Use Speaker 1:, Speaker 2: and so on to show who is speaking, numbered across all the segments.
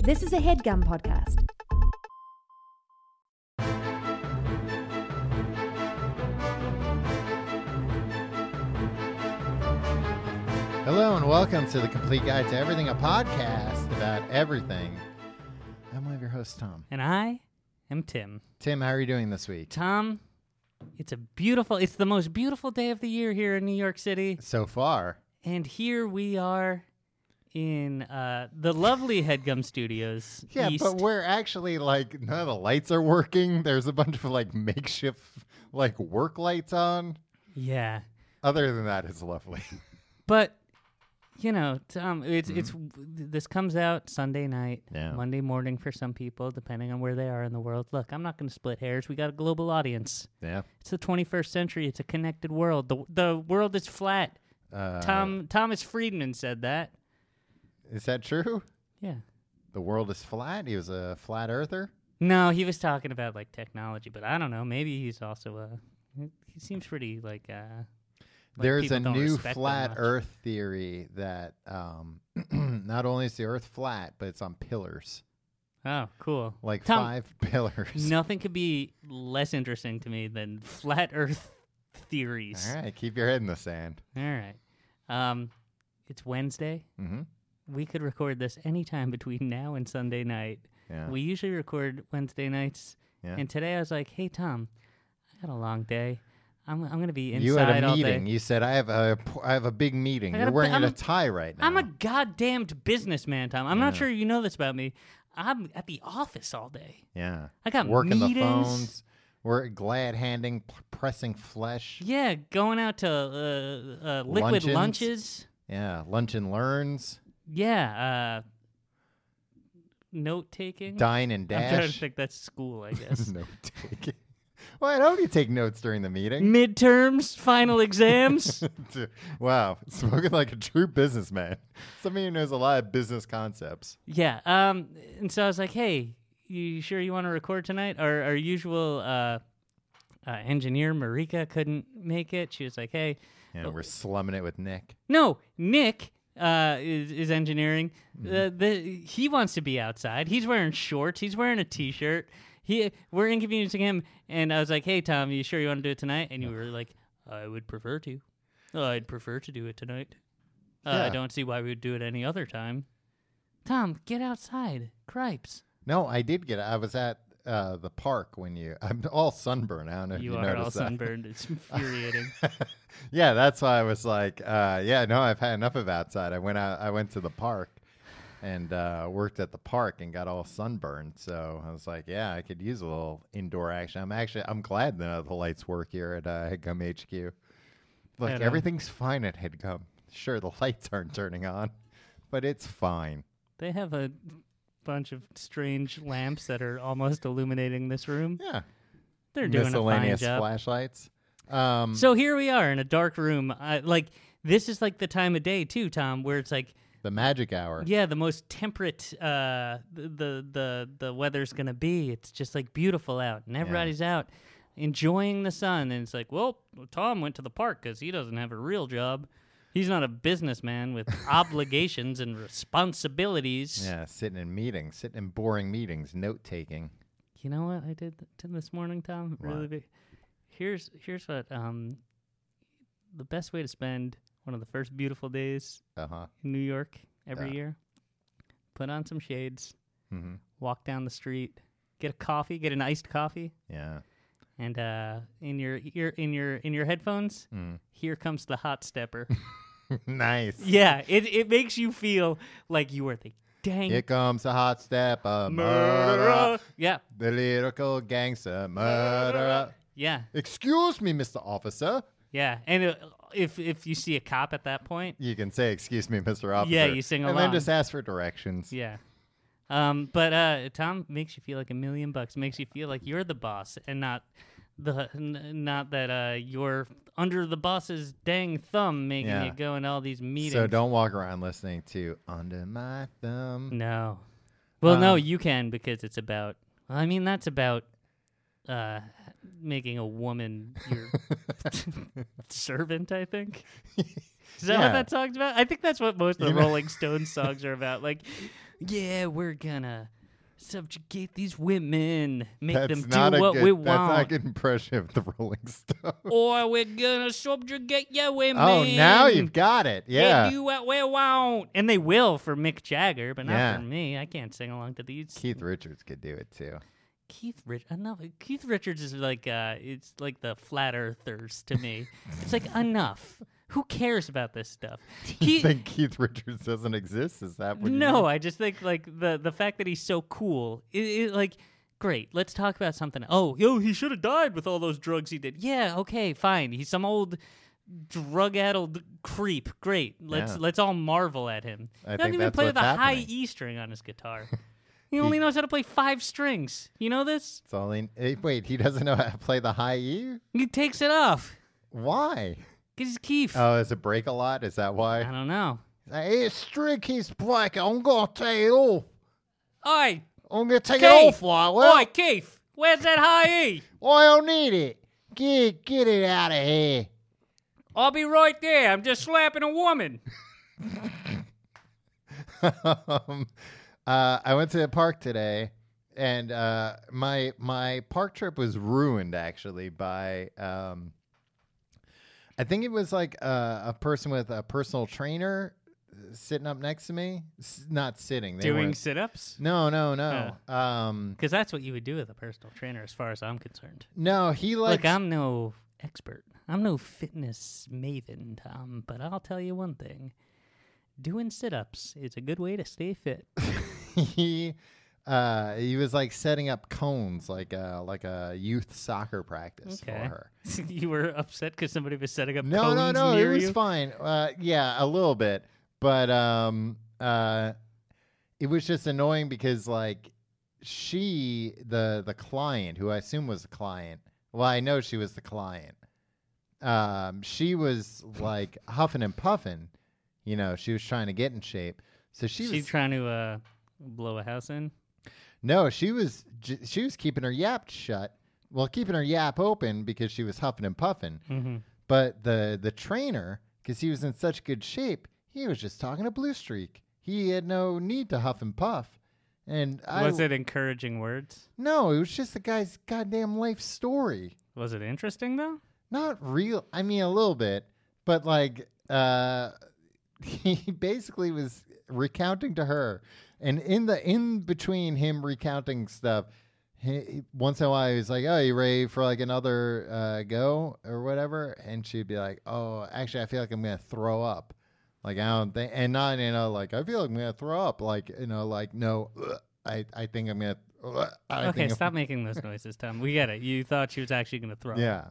Speaker 1: This is a headgum podcast.
Speaker 2: Hello and welcome to the Complete Guide to Everything, a podcast about everything. I'm one of your hosts, Tom.
Speaker 3: And I am Tim.
Speaker 2: Tim, how are you doing this week?
Speaker 3: Tom, it's a beautiful, it's the most beautiful day of the year here in New York City.
Speaker 2: So far,
Speaker 3: And here we are in uh, the lovely Headgum Studios.
Speaker 2: yeah,
Speaker 3: East.
Speaker 2: but we're actually like none of the lights are working. There's a bunch of like makeshift like work lights on.
Speaker 3: yeah.
Speaker 2: Other than that, it's lovely.
Speaker 3: But, you know, Tom, it's, it's, this comes out Sunday night,
Speaker 2: Yeah.
Speaker 3: Monday morning for some people, depending on where they are in the world. Look, I'm not going to split hairs. We got a global audience.
Speaker 2: Yeah,
Speaker 3: It's the 21st century. It's a connected world. The, the world is flat.
Speaker 2: uh,
Speaker 3: Tom, Thomas Friedman said that.
Speaker 2: is that true?
Speaker 3: Yeah.
Speaker 2: The world is flat. He was a flat earther.
Speaker 3: No, he was talking about like technology, but I don't know. Maybe he's also a. He seems pretty like. uh like
Speaker 2: There's
Speaker 3: people
Speaker 2: a
Speaker 3: don't
Speaker 2: new
Speaker 3: respect him
Speaker 2: flat
Speaker 3: much.
Speaker 2: Earth theory that um, not only is the Earth flat, but it's on pillars,
Speaker 3: Oh, cool.
Speaker 2: like
Speaker 3: Tom,
Speaker 2: five pillars.
Speaker 3: Nothing could be less interesting to me than flat Earth theories.
Speaker 2: All right, keep your head in the sand.
Speaker 3: All right. Um, it's Wednesday.
Speaker 2: Mm-hmm.
Speaker 3: We could record this anytime between now and Sunday night.
Speaker 2: Yeah.
Speaker 3: We usually record Wednesday nights.
Speaker 2: Yeah.
Speaker 3: And today I was like, "Hey Tom, I had a long day. I'm I'm gonna be inside
Speaker 2: you had a
Speaker 3: all day."
Speaker 2: meeting. You said I have a p- I have a big meeting.
Speaker 3: I
Speaker 2: You're
Speaker 3: gotta-
Speaker 2: wearing
Speaker 3: I'm
Speaker 2: a
Speaker 3: a-
Speaker 2: tie right now.
Speaker 3: I'm a goddamned businessman, Tom. I'm not sure you know this about me. I'm at the office all day.
Speaker 2: yeah.
Speaker 3: I got
Speaker 2: working the
Speaker 3: meetings.
Speaker 2: phones. We're glad handing, p- pressing flesh.
Speaker 3: Yeah, going out to uh, uh, liquid
Speaker 2: Luncheons.
Speaker 3: lunches.
Speaker 2: Yeah, lunch and learns,
Speaker 3: Yeah, uh, note taking.
Speaker 2: dine and
Speaker 3: Mm. I'm trying to
Speaker 2: dash.
Speaker 3: think that's school, I guess.
Speaker 2: Note taking. Why don't you take notes during the
Speaker 3: Mm.
Speaker 2: meeting?
Speaker 3: Midterms, final exams.
Speaker 2: wow, spoken like a true businessman. Somebody who knows a lot of business concepts.
Speaker 3: yeah. Um. And so I was like, "Hey, you sure you want to record tonight?" Our our usual uh, uh, engineer Marika couldn't make it. She was like, "Hey,
Speaker 2: And we're slumming it with Nick.
Speaker 3: No, Nick uh, is is engineering.
Speaker 2: Mm-hmm.
Speaker 3: The, the he wants to be outside. He's wearing shorts. He's wearing a t-shirt. He we're inconveniencing him. And I was like, "Hey, Tom, you sure you want to do it tonight?" And you were like, "I would prefer to. I'd prefer to do it tonight. Uh,
Speaker 2: Yeah.
Speaker 3: I don't see why we would do it any other time." Tom, get outside. Cripes.
Speaker 2: No, I did get it. I was at uh, the park when you. I'm all sunburned. I don't know if Uh, you,
Speaker 3: You, are all
Speaker 2: noticed that.
Speaker 3: sunburned. It's infuriating.
Speaker 2: yeah, that's why I was like, uh, yeah, no, I've had enough of outside. I went out. I went to the park and uh, worked at the park and got all sunburned. So I was like, yeah, I could use a little indoor action. I'm actually I'm glad none of the lights work here at uh, Headgum HQ. Like
Speaker 3: I know.
Speaker 2: everything's fine at Headgum. Sure, the lights aren't turning on, but it's fine.
Speaker 3: they have a bunch of strange lamps that are almost illuminating this room.
Speaker 2: Yeah,
Speaker 3: They're doing a fine
Speaker 2: miscellaneous
Speaker 3: job.
Speaker 2: flashlights. Um,
Speaker 3: Mm-hmm. So here we are in a dark room. I, like this is like the time of day too, Tom, where it's like,
Speaker 2: the magic hour.
Speaker 3: yeah, the most temperate uh, the, the the the weather's gonna be. It's just like beautiful out, and everybody's out enjoying the sun. And it's like, well, Tom went to the park because he doesn't have a real job. He's not a businessman with obligations and responsibilities.
Speaker 2: Yeah, sitting in meetings, sitting in boring meetings, note taking.
Speaker 3: You know what I did th- to this morning, Tom? Really big. Here's here's what um the best way to spend one of the first beautiful days
Speaker 2: Uh huh.
Speaker 3: in New York every
Speaker 2: Yeah.
Speaker 3: year. Put on some shades,
Speaker 2: hmm
Speaker 3: walk down the street, get a coffee, get an iced coffee,
Speaker 2: Yeah.
Speaker 3: and uh, in your ear, in your in your headphones,
Speaker 2: Mm.
Speaker 3: here comes the hot stepper.
Speaker 2: nice.
Speaker 3: yeah, it it makes you feel like you are the dang
Speaker 2: Here comes a hot step, a murderer,
Speaker 3: murderer. Yeah,
Speaker 2: the lyrical gangster, murderer.
Speaker 3: yeah,
Speaker 2: Excuse me, Mr. Officer.
Speaker 3: yeah. And uh if if you see a cop at that point,
Speaker 2: You can say, "Excuse me, Mr. Officer."
Speaker 3: Yeah, you sing
Speaker 2: and then
Speaker 3: along.
Speaker 2: just ask for directions.
Speaker 3: yeah. Um, but uh, Tom makes you feel like a million bucks. Makes you feel like you're the boss and not the n- not that uh, you're under the boss's dang thumb making
Speaker 2: Yeah.
Speaker 3: you go in all these meetings.
Speaker 2: So don't walk around listening to "Under My Thumb."
Speaker 3: No. Well, no,
Speaker 2: Um,
Speaker 3: you can because it's about. I mean, that's about uh, making a woman your servant. I think. Is that
Speaker 2: Yeah.
Speaker 3: what that song's about? I think that's what most of the
Speaker 2: You know-
Speaker 3: Rolling Stones songs are about. Like, yeah, we're gonna subjugate these women, make
Speaker 2: that's
Speaker 3: them
Speaker 2: not
Speaker 3: do
Speaker 2: a
Speaker 3: what
Speaker 2: good.
Speaker 3: we
Speaker 2: that's not a
Speaker 3: want,
Speaker 2: good impression of the Rolling Stones.
Speaker 3: or we're gonna subjugate your women.
Speaker 2: Oh, now you've got it.
Speaker 3: They
Speaker 2: Yeah.
Speaker 3: do what we want, and they will for Mick Jagger, but not
Speaker 2: Yeah.
Speaker 3: for me. I can't sing along to these.
Speaker 2: Keith Richards could do it too.
Speaker 3: Keith Rich, enough. Keith Richards is like, uh, it's like the flat earthers to me. it's like enough. Who cares about this stuff?
Speaker 2: You
Speaker 3: Keith,
Speaker 2: think Keith Richards doesn't exist? Is that what? you
Speaker 3: no,
Speaker 2: mean?
Speaker 3: I just think like the the fact that he's so cool. It, it, like, great. Let's talk about something. Oh, yo, he should have died with all those drugs he did. Yeah, okay, fine. He's some old drug-addled creep. Great. Let's
Speaker 2: Yeah.
Speaker 3: let's all marvel at him.
Speaker 2: I
Speaker 3: he
Speaker 2: think
Speaker 3: doesn't even
Speaker 2: that's
Speaker 3: play
Speaker 2: what's
Speaker 3: the high
Speaker 2: happening.
Speaker 3: E string on his guitar. he only knows how to play five strings. You know this?
Speaker 2: It's all in, eh, wait, he doesn't know how to play the high E.
Speaker 3: He takes it off.
Speaker 2: Why?
Speaker 3: Cause he's Keith.
Speaker 2: Oh, is it break a lot? Is that
Speaker 3: I
Speaker 2: why?
Speaker 3: don't know.
Speaker 2: It's Stricky's break. I'm gonna take it off.
Speaker 3: Oi,
Speaker 2: I'm gonna take
Speaker 3: Keith!
Speaker 2: it off. Like, well,
Speaker 3: oi, Keith, where's that high E?
Speaker 2: I don't need it. Get get it out of here.
Speaker 3: I'll be right there. I'm just slapping a woman.
Speaker 2: um, uh, I went to the park today, and uh, my my park trip was ruined actually by um, I think it was like uh, a, a person with a personal trainer uh, sitting up next to me, S- not sitting, they
Speaker 3: Doing
Speaker 2: weren't-
Speaker 3: sit-ups?
Speaker 2: No, no, no. Um,
Speaker 3: Because that's what you would do with a personal trainer, as far as I'm concerned.
Speaker 2: no, he
Speaker 3: Look,
Speaker 2: like
Speaker 3: I'm no expert. I'm no fitness maven, Tom. But I'll tell you one thing: doing sit-ups is a good way to stay fit.
Speaker 2: he uh he was like setting up cones like a like a youth soccer practice for
Speaker 3: Okay.
Speaker 2: her.
Speaker 3: you were upset because somebody was setting up
Speaker 2: No,
Speaker 3: cones
Speaker 2: no, no, it
Speaker 3: near
Speaker 2: was
Speaker 3: you.
Speaker 2: fine. Uh yeah, a little bit. But um uh it was just annoying because like she the the client who I assume was the client. Well, I know she was the client. Um she was like huffing and puffing. You know, she was trying to get in shape. So she
Speaker 3: She
Speaker 2: was
Speaker 3: trying to uh, blow a house in.
Speaker 2: No, she was j- she was keeping her yap shut. Well, keeping her yap open because she was huffing and puffing.
Speaker 3: Mm-hmm.
Speaker 2: But the the trainer, because he was in such good shape, he was just talking a blue streak. He had no need to huff and puff. And I
Speaker 3: Was it encouraging words?
Speaker 2: no, it was just the guy's goddamn life story.
Speaker 3: Was it interesting though?
Speaker 2: Not real. I mean, a little bit, but like uh, he basically was recounting to her, and in the in between him recounting stuff, he, he- once in a while he was like, "Oh, you ready for like another uh, go or whatever?" And she'd be like, "Oh, actually, I feel like I'm gonna throw up." Like I don't think, and not you know, like I feel like I'm gonna throw up. Like you know, like no, ugh, I I think I'm gonna. ugh, I
Speaker 3: okay,
Speaker 2: think I'm
Speaker 3: stop making those noises, Tom. We get it. You thought she was actually going to throw. up.
Speaker 2: Yeah.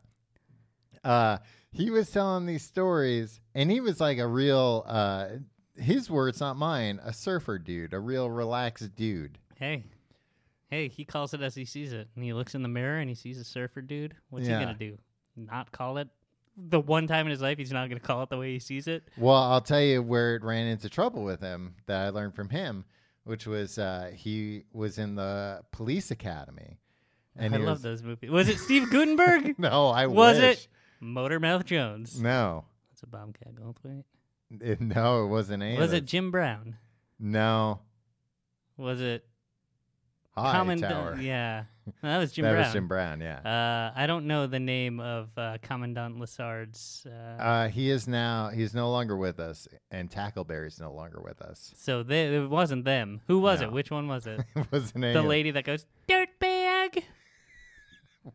Speaker 2: Uh, he was telling these stories, and he was like a real, uh, his words, not mine, a surfer dude, a real relaxed dude.
Speaker 3: Hey, hey, he calls it as he sees it, and he looks in the mirror and he sees a surfer dude. What's
Speaker 2: Yeah.
Speaker 3: he gonna do? Not call it? The one time in his life, he's not gonna call it the way he sees it.
Speaker 2: Well, I'll tell you where it ran into trouble with him that I learned from him, which was uh, he was in the police academy.
Speaker 3: I
Speaker 2: he
Speaker 3: love
Speaker 2: was-
Speaker 3: those movies. Was it Steve Gutenberg?
Speaker 2: No, I
Speaker 3: Was
Speaker 2: wish.
Speaker 3: it Motormouth Jones?
Speaker 2: No.
Speaker 3: That's a Bobcat Goldthwait.
Speaker 2: It- no, it wasn't any. of
Speaker 3: Was it
Speaker 2: those.
Speaker 3: Jim Brown?
Speaker 2: No.
Speaker 3: Was it
Speaker 2: High
Speaker 3: Common?
Speaker 2: Tower.
Speaker 3: Yeah, No, that was Jim
Speaker 2: that
Speaker 3: Brown.
Speaker 2: was Jim Brown, yeah.
Speaker 3: Uh, I don't know the name of uh, Commandant Lassard's. Uh,
Speaker 2: Uh, he is now. He's no longer with us, and Tackleberry's no longer with us.
Speaker 3: so they, it wasn't them. Who was
Speaker 2: No.
Speaker 3: it? Which one was it?
Speaker 2: It wasn't
Speaker 3: the lady that goes dirtbag.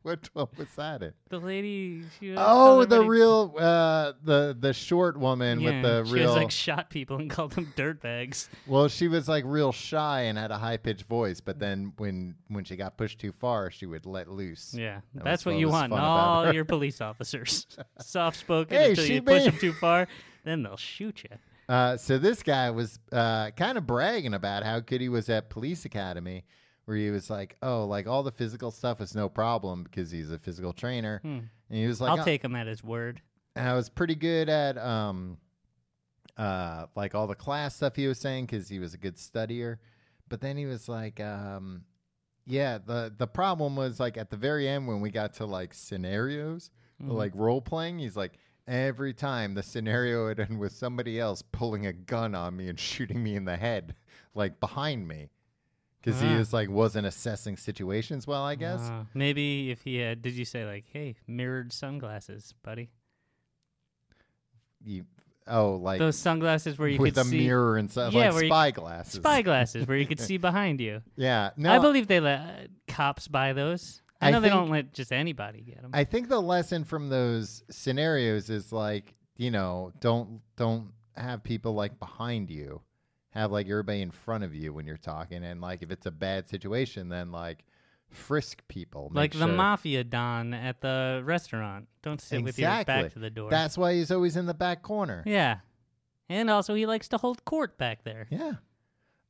Speaker 2: What one was that? In?
Speaker 3: The lady. She was
Speaker 2: Oh,
Speaker 3: called
Speaker 2: the
Speaker 3: everybody-
Speaker 2: real, uh, the the short woman
Speaker 3: Yeah,
Speaker 2: with the
Speaker 3: she
Speaker 2: real.
Speaker 3: was like shot people and called them dirtbags.
Speaker 2: well, she was like real shy and had a high pitched voice, but then when when she got pushed too far, she would let loose.
Speaker 3: Yeah,
Speaker 2: That
Speaker 3: that's
Speaker 2: was what
Speaker 3: what you
Speaker 2: was
Speaker 3: want. in
Speaker 2: fun about
Speaker 3: All
Speaker 2: her.
Speaker 3: your police officers, soft spoken
Speaker 2: Hey,
Speaker 3: until
Speaker 2: she
Speaker 3: you push
Speaker 2: made-
Speaker 3: them too far, then they'll shoot you.
Speaker 2: Uh, so this guy was uh, kind of bragging about how good he was at police academy, where he was like, "Oh, like all the physical stuff is no problem because he's a physical trainer." And he was like,
Speaker 3: Hmm. I'll
Speaker 2: "Oh,
Speaker 3: take him at his word.
Speaker 2: and I was pretty good at um uh like all the class stuff he was saying cuz he was a good studier. But then he was like um yeah, the the problem was like at the very end when we got to like scenarios,
Speaker 3: Mhm.
Speaker 2: like role playing, he's like every time the scenario would end with somebody else pulling a gun on me and shooting me in the head, like behind me, because he
Speaker 3: Ah.
Speaker 2: was like wasn't assessing situations well. I guess
Speaker 3: Uh, maybe if he had, did you say like, "Hey, mirrored sunglasses, buddy"?
Speaker 2: you, oh, like
Speaker 3: Those sunglasses where you
Speaker 2: with
Speaker 3: could
Speaker 2: a
Speaker 3: see
Speaker 2: mirror and stuff,
Speaker 3: Yeah,
Speaker 2: like
Speaker 3: where you-
Speaker 2: spy glasses.
Speaker 3: spy glasses where you could see behind you.
Speaker 2: yeah, no,
Speaker 3: I believe they let uh, cops buy those. I,
Speaker 2: I
Speaker 3: know they
Speaker 2: think-
Speaker 3: don't let just anybody get them.
Speaker 2: I think the lesson from those scenarios is like, you know, don't don't have people like behind you. Have like everybody in front of you when you're talking and like if it's a bad situation then like frisk people. Make
Speaker 3: like the
Speaker 2: sure-
Speaker 3: mafia don at the restaurant. Don't sit with your
Speaker 2: Exactly.
Speaker 3: back to the door.
Speaker 2: That's why he's always in the back corner.
Speaker 3: yeah. And also, he likes to hold court back there.
Speaker 2: Yeah.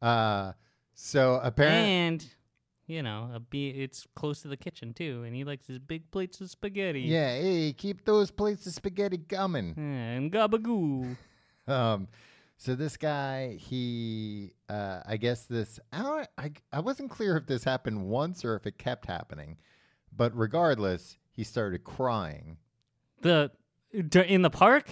Speaker 2: Uh so apparently
Speaker 3: And you know, a be- it's close to the kitchen too, and he likes his big plates of spaghetti.
Speaker 2: Yeah, hey, keep those plates of spaghetti coming.
Speaker 3: Yeah, and gabagoo.
Speaker 2: um so this guy he uh i guess this I, don't- I i wasn't clear if this happened once or if it kept happening but regardless he started crying
Speaker 3: the dur- in the park.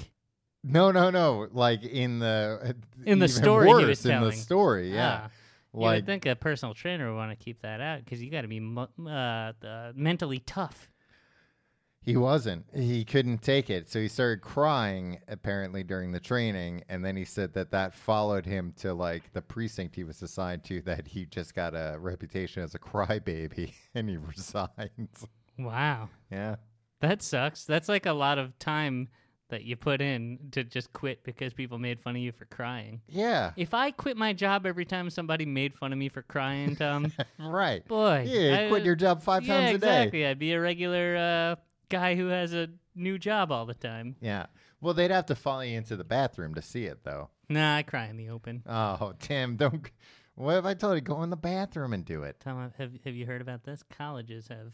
Speaker 2: no no no like in the
Speaker 3: In the
Speaker 2: even
Speaker 3: story he
Speaker 2: worse,
Speaker 3: was
Speaker 2: in the
Speaker 3: telling.
Speaker 2: story yeah
Speaker 3: Ah. you
Speaker 2: like
Speaker 3: would think a personal trainer would want to keep that out because you got to be mu- uh, uh, mentally tough.
Speaker 2: he wasn't he couldn't take it so he started crying apparently during the training and then he said that that followed him to like the precinct he was assigned to that he just got a reputation as a crybaby and he resigns
Speaker 3: Wow,
Speaker 2: Yeah.
Speaker 3: that sucks. That's like a lot of time that you put in to just quit because people made fun of you for crying.
Speaker 2: Yeah.
Speaker 3: If I quit my job every time somebody made fun of me for crying, Tom,
Speaker 2: Right.
Speaker 3: boy,
Speaker 2: yeah,
Speaker 3: I-
Speaker 2: you quit your job five
Speaker 3: yeah,
Speaker 2: times a day.
Speaker 3: exactly. I'd be a regular uh, guy who has a new job all the time.
Speaker 2: Yeah. Well, they'd have to follow you into the bathroom to see it, though.
Speaker 3: Nah, I cry in the open.
Speaker 2: Oh, Tim, don't. What if I told you go in the bathroom and do it?
Speaker 3: Tom, uh, have have you heard about this? Colleges have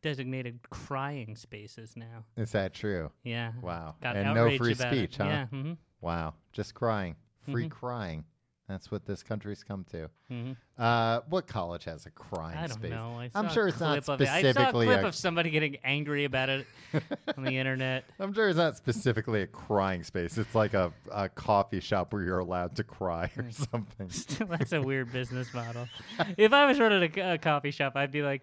Speaker 3: designated crying spaces now.
Speaker 2: Is that true?
Speaker 3: Yeah.
Speaker 2: Wow.
Speaker 3: Got
Speaker 2: and no
Speaker 3: outrage
Speaker 2: free
Speaker 3: about it.
Speaker 2: speech, huh?
Speaker 3: Yeah. hmm
Speaker 2: Wow. Just crying. Free
Speaker 3: Mm-hmm.
Speaker 2: crying. That's what this country's come to.
Speaker 3: Mhm.
Speaker 2: Uh, what college has a crying
Speaker 3: I don't
Speaker 2: space?
Speaker 3: know. I saw
Speaker 2: am
Speaker 3: a
Speaker 2: sure it's not
Speaker 3: clip of it. I saw a
Speaker 2: specifically.
Speaker 3: clip
Speaker 2: a-
Speaker 3: of somebody getting angry about it on the internet.
Speaker 2: I'm sure it's not specifically a crying space. It's like a, a coffee shop where you're allowed to cry or
Speaker 3: Mm.
Speaker 2: something.
Speaker 3: That's a weird business model. If I was running a, a coffee shop, I'd be like,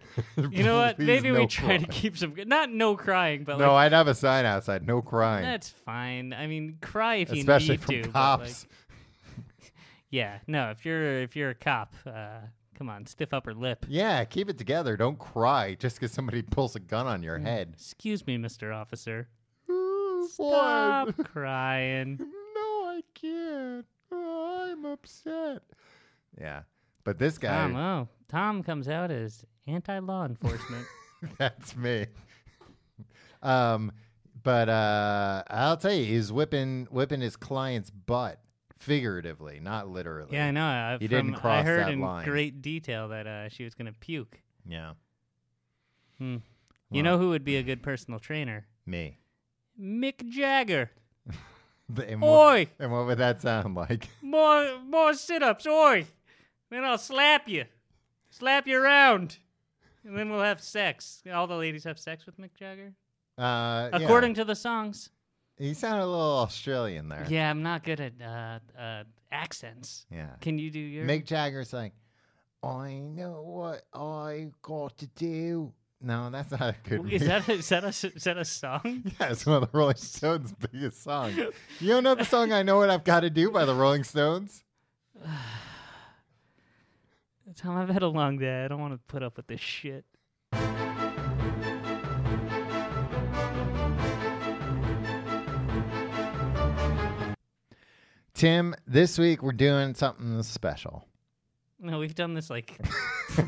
Speaker 3: you know what?
Speaker 2: Please,
Speaker 3: Maybe we
Speaker 2: no
Speaker 3: try
Speaker 2: crying.
Speaker 3: to keep some not no crying, but
Speaker 2: No,
Speaker 3: like
Speaker 2: I'd have a sign outside, no crying,
Speaker 3: that's fine. I mean, cry if you
Speaker 2: especially
Speaker 3: need
Speaker 2: from
Speaker 3: to. but, like,
Speaker 2: cops.
Speaker 3: yeah. No, if you're if you're a cop, uh, come on, stiff upper lip.
Speaker 2: Yeah, keep it together. Don't cry just because somebody pulls a gun on
Speaker 3: Mm.
Speaker 2: your head.
Speaker 3: Excuse me, Mr. Officer.
Speaker 2: Ooh,
Speaker 3: Stop crying.
Speaker 2: No, I can't. Oh, I'm upset. Yeah, but this guy,
Speaker 3: Tom, oh, Tom comes out as anti-law enforcement.
Speaker 2: that's me. um, but uh, I'll tell you, he's whipping whipping his client's butt figuratively, not literally.
Speaker 3: yeah, I know. I,
Speaker 2: He
Speaker 3: from-
Speaker 2: didn't cross
Speaker 3: I heard
Speaker 2: that
Speaker 3: in
Speaker 2: line.
Speaker 3: great detail that uh, she was going to puke.
Speaker 2: yeah,
Speaker 3: Hmm.
Speaker 2: Wow.
Speaker 3: You know who would be a good personal trainer?
Speaker 2: me.
Speaker 3: Mick Jagger.
Speaker 2: And what,
Speaker 3: Oi,
Speaker 2: and what would that sound like?
Speaker 3: more more sit-ups. Oi, then I'll slap you, slap you around, and then we'll have sex. All the ladies have sex with Mick Jagger,
Speaker 2: Uh, yeah.
Speaker 3: according to the songs.
Speaker 2: He sounded a little Australian there.
Speaker 3: Yeah, I'm not good at uh, uh, accents.
Speaker 2: Yeah.
Speaker 3: Can you do your?
Speaker 2: Mick Jagger's like, I know what I got to do. No, that's not a good.
Speaker 3: Is
Speaker 2: read.
Speaker 3: that a, is that a is that a song?
Speaker 2: yeah, it's one of the Rolling Stones' biggest songs. You don't know the song "I Know What I've Got to Do" by the Rolling Stones?
Speaker 3: Tom, I've had a long day. I don't want to put up with this shit.
Speaker 2: Tim, this week we're doing something special,
Speaker 3: No, we've done this like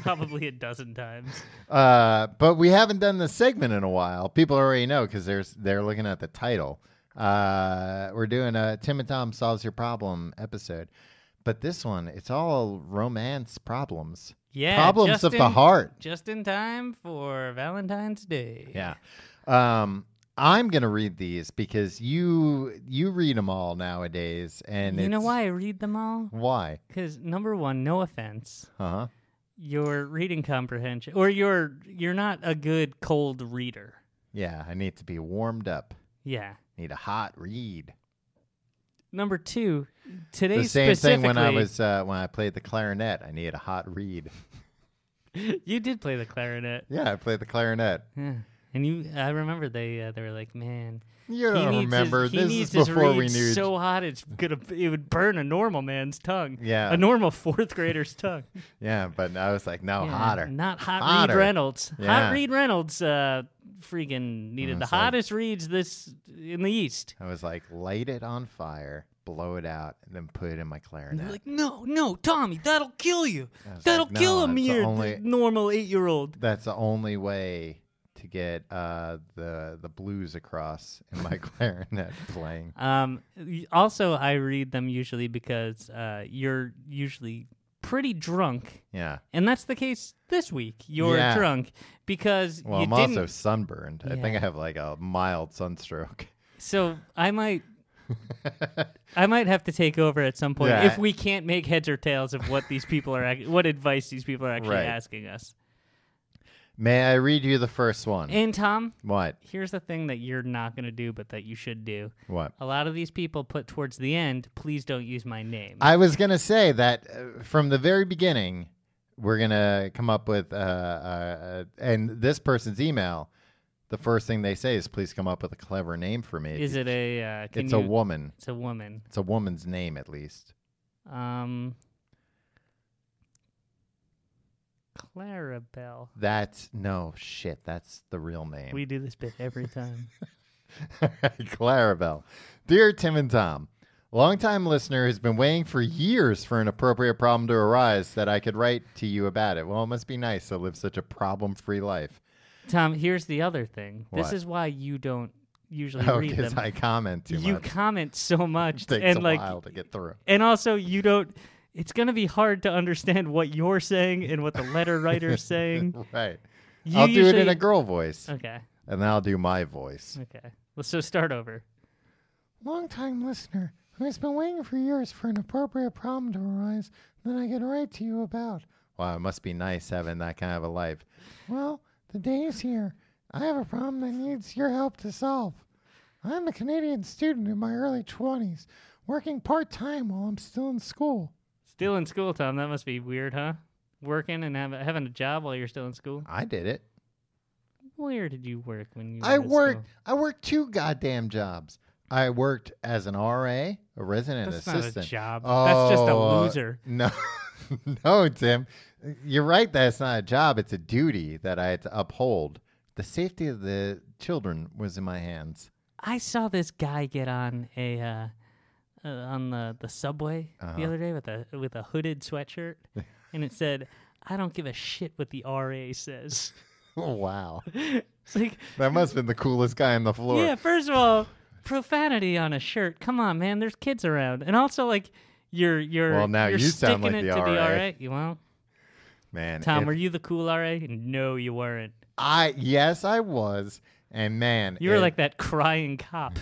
Speaker 3: probably a dozen times.
Speaker 2: uh, but we haven't done this segment in a while. People already know because they're they're looking at the title. Uh, we're doing a Tim and Tom solves your problem episode, but this one it's all romance problems.
Speaker 3: Yeah,
Speaker 2: problems
Speaker 3: just
Speaker 2: of the
Speaker 3: in-
Speaker 2: heart.
Speaker 3: Just in time for Valentine's Day.
Speaker 2: Yeah. Um, I'm gonna read these because you you read them all nowadays, and
Speaker 3: you know
Speaker 2: it's-
Speaker 3: why I read them all?
Speaker 2: Why? Uh-huh.
Speaker 3: Because number one, no offense,
Speaker 2: Huh?
Speaker 3: your reading comprehension, or you're you're not a good cold reader.
Speaker 2: Yeah, I need to be warmed up.
Speaker 3: Yeah.
Speaker 2: Need a hot read.
Speaker 3: Number two, today
Speaker 2: the same thing
Speaker 3: specifically,
Speaker 2: when I was uh, when I played the clarinet. I need a hot read.
Speaker 3: you did play the clarinet,
Speaker 2: Yeah, I played the clarinet.
Speaker 3: yeah. and you. I remember they uh, they were like, man,
Speaker 2: You
Speaker 3: he
Speaker 2: don't
Speaker 3: needs
Speaker 2: remember.
Speaker 3: His, he
Speaker 2: this
Speaker 3: needs
Speaker 2: is before
Speaker 3: his
Speaker 2: we
Speaker 3: reeds
Speaker 2: knew.
Speaker 3: So hot, it's gonna it would burn a normal man's tongue.
Speaker 2: Yeah.
Speaker 3: a normal fourth grader's tongue.
Speaker 2: yeah, but I was like, no,
Speaker 3: Yeah,
Speaker 2: hotter.
Speaker 3: Not hot
Speaker 2: Hotter.
Speaker 3: Reed Reynolds.
Speaker 2: Yeah.
Speaker 3: Hot Reed Reynolds uh, freaking needed the
Speaker 2: it's like-
Speaker 3: hottest reeds this in the East.
Speaker 2: I was like, light it on fire, blow it out, and then put it in my
Speaker 3: And they're
Speaker 2: clarinet.
Speaker 3: like, no, no, Tommy, that'll kill you.
Speaker 2: I was
Speaker 3: That'll
Speaker 2: like, no,
Speaker 3: kill a
Speaker 2: that's the
Speaker 3: mere
Speaker 2: only-
Speaker 3: normal eight year old.
Speaker 2: That's the only way to get uh, the the blues across in my clarinet playing.
Speaker 3: Um, y- also, I read them usually because uh, you're usually pretty drunk.
Speaker 2: Yeah.
Speaker 3: And that's the case this week. You're
Speaker 2: Yeah.
Speaker 3: drunk because
Speaker 2: Well,
Speaker 3: you
Speaker 2: I'm
Speaker 3: didn't.
Speaker 2: also sunburned. I think
Speaker 3: Yeah.
Speaker 2: I have like a mild sunstroke.
Speaker 3: So I might, I might have to take over at some point
Speaker 2: Yeah.
Speaker 3: if we can't make heads or tails of what these people are, ac- what advice these people are actually
Speaker 2: Right.
Speaker 3: asking us.
Speaker 2: May I read you the first one?
Speaker 3: And Tom,
Speaker 2: what?
Speaker 3: here's the thing that you're not going to do, but that you should do.
Speaker 2: What?
Speaker 3: A lot of these people put towards the end. Please don't use my name.
Speaker 2: I was gonna say that uh, from the very beginning, we're gonna come up with uh, uh, uh, and this person's email. The first thing they say is, "Please come up with a clever name for me."
Speaker 3: Is it a? Uh, can
Speaker 2: It's
Speaker 3: you,
Speaker 2: a woman.
Speaker 3: It's a woman.
Speaker 2: It's a woman's name, at least.
Speaker 3: Um, Clarabelle.
Speaker 2: That's no shit. That's the real name.
Speaker 3: We do this bit every time.
Speaker 2: Clarabelle. Dear Tim and Tom, longtime listener has been waiting for years for an appropriate problem to arise that I could write to you about it. Well, it must be nice to live such a problem free life.
Speaker 3: Tom, here's the other thing. This
Speaker 2: What?
Speaker 3: is why you don't usually
Speaker 2: Oh,
Speaker 3: read
Speaker 2: because
Speaker 3: them.
Speaker 2: I comment too
Speaker 3: you
Speaker 2: much.
Speaker 3: comment so much
Speaker 2: takes
Speaker 3: and
Speaker 2: a
Speaker 3: like
Speaker 2: while to get through.
Speaker 3: and also you don't it's going to be hard to understand what you're saying and what the letter writer's saying.
Speaker 2: Right.
Speaker 3: You
Speaker 2: I'll do it in
Speaker 3: usually- Uh
Speaker 2: a girl voice,
Speaker 3: Okay.
Speaker 2: and then I'll do my voice.
Speaker 3: Okay. Let's so start over.
Speaker 2: Longtime listener who has been waiting for years for an appropriate problem to arise that I can write to you about. Wow, it must be nice having that kind of a life. Well, the day is here. I have a problem that needs your help to solve. I'm a Canadian student in my early 20s, working part time while I'm still in school.
Speaker 3: Still in school, Tom. That must be weird, huh? Working and have, having a job while you're still in school.
Speaker 2: I did it.
Speaker 3: Where did you work when you? Were
Speaker 2: I
Speaker 3: in
Speaker 2: worked.
Speaker 3: school?
Speaker 2: I worked two goddamn jobs. I worked as an RA, a resident
Speaker 3: That's
Speaker 2: assistant.
Speaker 3: not a job. That's just a
Speaker 2: Oh, uh,
Speaker 3: loser.
Speaker 2: No, no, Tim, you're right. That's not a job. It's a duty that I had to uphold. The safety of the children was in my hands.
Speaker 3: I saw this guy get on a uh, uh, on the the subway
Speaker 2: Uh-huh.
Speaker 3: the other day with a with a hooded sweatshirt, and it said, "I don't give a shit what the RA says."
Speaker 2: wow,
Speaker 3: It's like,
Speaker 2: that must have been the coolest guy on the floor.
Speaker 3: yeah, first of all, profanity on a shirt. Come on, man. There's kids around, and also like you're you're
Speaker 2: Well, now
Speaker 3: you're
Speaker 2: you sound
Speaker 3: sticking
Speaker 2: like
Speaker 3: it
Speaker 2: the
Speaker 3: to
Speaker 2: RA.
Speaker 3: the RA. You won't.
Speaker 2: man.
Speaker 3: Tom,
Speaker 2: if
Speaker 3: were you the cool RA? No, you weren't.
Speaker 2: I yes, I was, and man,
Speaker 3: You were
Speaker 2: it-
Speaker 3: like that crying cop.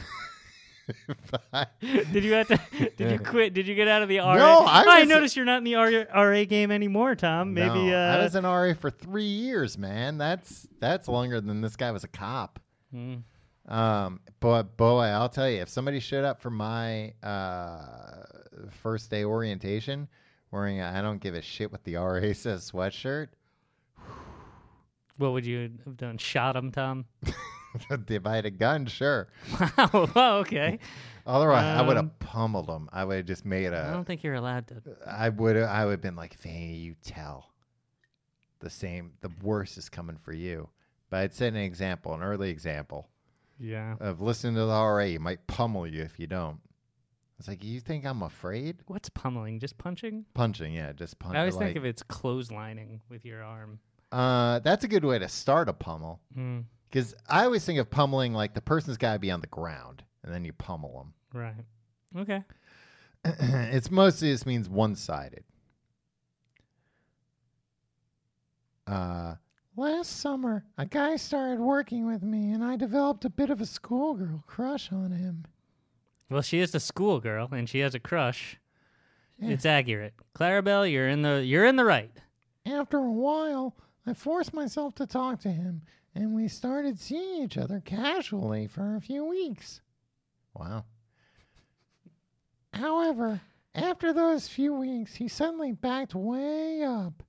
Speaker 3: did you have to? Did you quit? Did you get out of the RA?
Speaker 2: No, I was-
Speaker 3: noticed you're not in the RA, RA game anymore, Tom. Maybe
Speaker 2: No,
Speaker 3: uh,
Speaker 2: I was an RA for three years, man. That's that's longer than this guy was a cop.
Speaker 3: Mm.
Speaker 2: Um, but boy, I'll tell you, if somebody showed up for my uh, first day orientation wearing a I don't give a shit what the RA says sweatshirt,
Speaker 3: what would you have done? Shot him, Tom.
Speaker 2: if I had a gun, sure.
Speaker 3: Wow. wow, okay.
Speaker 2: Otherwise, I would
Speaker 3: Um,
Speaker 2: have pummeled him. I would have just made
Speaker 3: I
Speaker 2: a.
Speaker 3: don't think you're allowed to.
Speaker 2: I would. I would have been like, "Fanny, you tell." The same. The worst is coming for you. But I'd set an example, an early example.
Speaker 3: Yeah.
Speaker 2: of listening to the RA it might pummel you if you don't. It's like you think I'm afraid?
Speaker 3: What's pummeling? Just punching?
Speaker 2: Punching, yeah, just punching.
Speaker 3: I always think of it's clotheslining with your arm.
Speaker 2: Uh, that's a good way to start a pummel
Speaker 3: Mm,
Speaker 2: because I always think of pummeling like the person's got to be on the ground and then you pummel
Speaker 3: right. Okay.
Speaker 2: them. it's mostly this means one sided. Uh, last summer, a guy started working with me, and I developed a bit of a schoolgirl crush on him.
Speaker 3: Well, she is a schoolgirl and she has a crush.
Speaker 2: Yeah.
Speaker 3: It's accurate. Clarabelle, you're in the you're in the right.
Speaker 2: After a while, I forced myself to talk to him, and we started seeing each other casually for a few weeks. Wow. However, after those few weeks, he suddenly backed way up,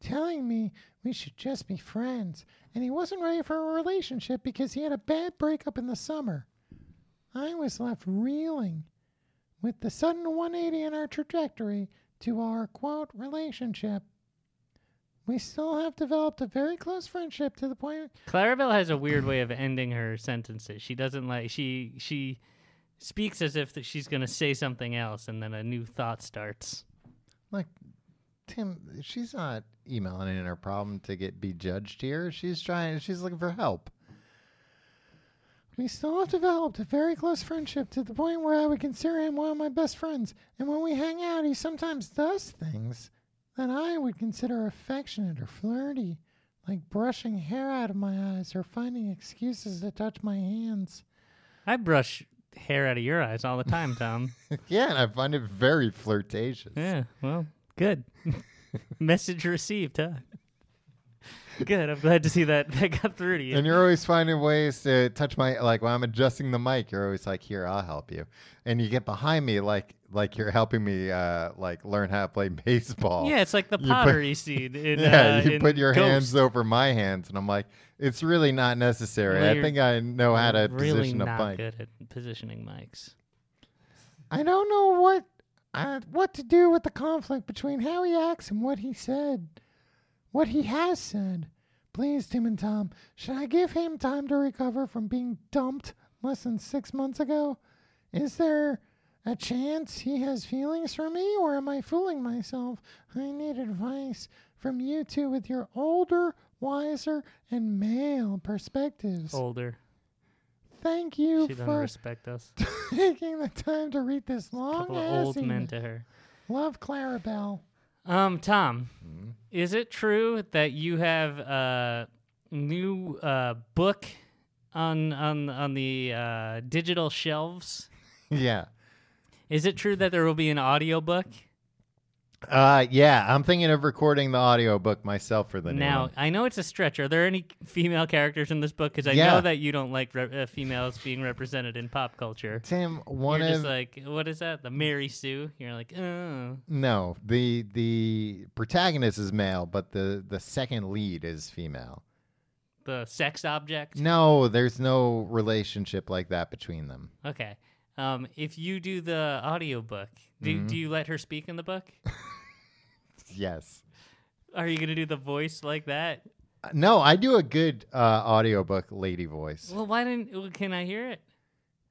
Speaker 2: telling me we should just be friends, and he wasn't ready for a relationship because he had a bad breakup in the summer. I was left reeling with the sudden 180 in our trajectory to our quote relationship. We still have developed a very close friendship to the point
Speaker 3: Clarabelle has a weird way of ending her sentences. She doesn't like she she speaks as if that she's going to say something else, and then a new thought starts.
Speaker 2: Like, Tim, she's not emailing in her problem to get be judged here. She's trying. She's looking for help. We still have developed a very close friendship to the point where I would consider him one of my best friends. And when we hang out, he sometimes does things that I would consider affectionate or flirty, like brushing hair out of my eyes or finding excuses to touch my hands.
Speaker 3: I brush hair out of your eyes all the time, Tom.
Speaker 2: yeah, and I find it very flirtatious.
Speaker 3: yeah, well, good. Message received, huh? Good. I'm glad to see that that got through to you.
Speaker 2: And you're always finding ways to touch my like when I'm adjusting the mic, you're always like, "Here, I'll help you," and you get behind me like like you're helping me uh like learn how to play baseball.
Speaker 3: yeah, it's like the
Speaker 2: You put-
Speaker 3: pottery seed. In,
Speaker 2: yeah.
Speaker 3: uh,
Speaker 2: you
Speaker 3: in
Speaker 2: put your
Speaker 3: Ghost.
Speaker 2: hands over my hands, and I'm like, "It's really not necessary."
Speaker 3: Well,
Speaker 2: I
Speaker 3: you're-
Speaker 2: think I know how to
Speaker 3: I'm really
Speaker 2: position a
Speaker 3: not
Speaker 2: mic.
Speaker 3: good at positioning mics.
Speaker 2: I don't know what uh, what to do with the conflict between how he acts and what he said, what he has said. Please, Tim and Tom, should I give him time to recover from being dumped less than six months ago? Is there a chance he has feelings for me, or am I fooling myself? I need advice from you two with your older, wiser, and male perspectives.
Speaker 3: Older.
Speaker 2: Thank you
Speaker 3: Oh, She doesn't
Speaker 2: for
Speaker 3: respect us.
Speaker 2: taking the time to read this long
Speaker 3: couple of
Speaker 2: ass
Speaker 3: old
Speaker 2: email.
Speaker 3: men to her.
Speaker 2: Love Clarabelle.
Speaker 3: Um, Tom,
Speaker 2: Mm-hmm.
Speaker 3: is it true that you have a new uh, book on on on the uh, digital shelves?
Speaker 2: Yeah.
Speaker 3: Is it true that there will be an audiobook?
Speaker 2: Uh yeah, I'm thinking of recording the audiobook myself for the new
Speaker 3: Now,
Speaker 2: one.
Speaker 3: I know it's a stretch. Are there any female characters in this book? Because I
Speaker 2: Yeah.
Speaker 3: know that you don't like re- uh, females being represented in pop culture.
Speaker 2: Tim,
Speaker 3: You're
Speaker 2: one
Speaker 3: just
Speaker 2: of
Speaker 3: like, what is that? The Mary Sue? You're like, oh.
Speaker 2: no, the the protagonist is male, but the the second lead is female.
Speaker 3: The sex object?
Speaker 2: No, there's no relationship like that between them.
Speaker 3: Okay. Um, if you do the audiobook, do,
Speaker 2: Mm-hmm.
Speaker 3: do you let her speak in the book?
Speaker 2: Yes.
Speaker 3: Are you going to do the voice like that?
Speaker 2: Uh, No, I do a good uh audiobook lady voice.
Speaker 3: Well, why didn't well, can I hear it?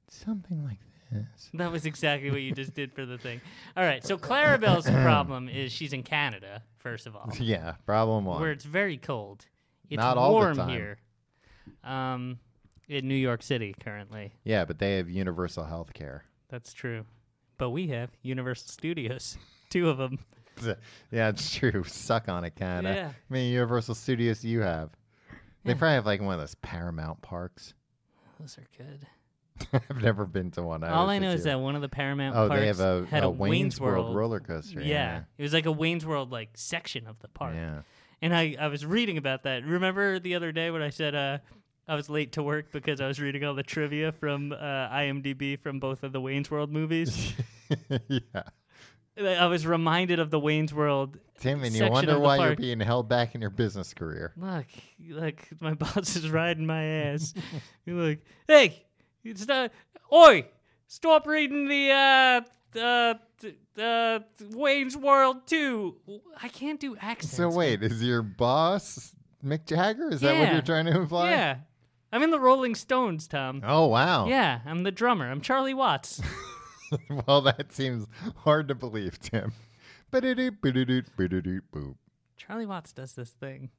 Speaker 2: Something like this.
Speaker 3: That was exactly what you just did for the thing. All right, so Clarabelle's problem is she's in Canada, first of all,
Speaker 2: Yeah, problem one.
Speaker 3: where it's very cold. It's
Speaker 2: Not all the
Speaker 3: warm
Speaker 2: time.
Speaker 3: here. Um, in New York City currently.
Speaker 2: Yeah, but they have universal health care.
Speaker 3: That's true. But we have Universal Studios, two of them.
Speaker 2: yeah, it's true. Suck on it, kind of.
Speaker 3: Yeah.
Speaker 2: I mean, Universal Studios, you have. They probably have like one of those Paramount parks.
Speaker 3: Those are good.
Speaker 2: I've never been to one.
Speaker 3: all
Speaker 2: was
Speaker 3: I know
Speaker 2: just
Speaker 3: is
Speaker 2: here.
Speaker 3: that one of the Paramount
Speaker 2: Oh,
Speaker 3: parks
Speaker 2: they have a,
Speaker 3: had
Speaker 2: a
Speaker 3: a
Speaker 2: Wayne's World,
Speaker 3: World
Speaker 2: roller coaster.
Speaker 3: Yeah. it was like a Wayne's World like section of the
Speaker 2: Yeah.
Speaker 3: park. And I, I was reading about that. Remember the other day when I said uh, I was late to work because I was reading all the trivia from uh, IMDb from both of the Wayne's World movies?
Speaker 2: Yeah. Yeah.
Speaker 3: I was reminded of the Wayne's World.
Speaker 2: Tim, and you
Speaker 3: Section of
Speaker 2: wonder
Speaker 3: the
Speaker 2: why you're
Speaker 3: park.
Speaker 2: being held back in your business career.
Speaker 3: Look, look, my boss is riding my ass. You're like, hey, it's not. Oi, stop reading the. Uh, uh, th- uh, Wayne's World 2. I can't do accents.
Speaker 2: So wait, is your boss Mick Jagger? Is that what
Speaker 3: Yeah.
Speaker 2: you're trying to imply?
Speaker 3: Yeah. I'm in the Rolling Stones, Tom.
Speaker 2: Oh wow.
Speaker 3: Yeah, I'm the drummer. I'm Charlie Watts.
Speaker 2: well, that seems hard to believe, Tim. Ba-da-doop, ba-da-doop, ba-da-doop, boop.
Speaker 3: Charlie Watts does this thing.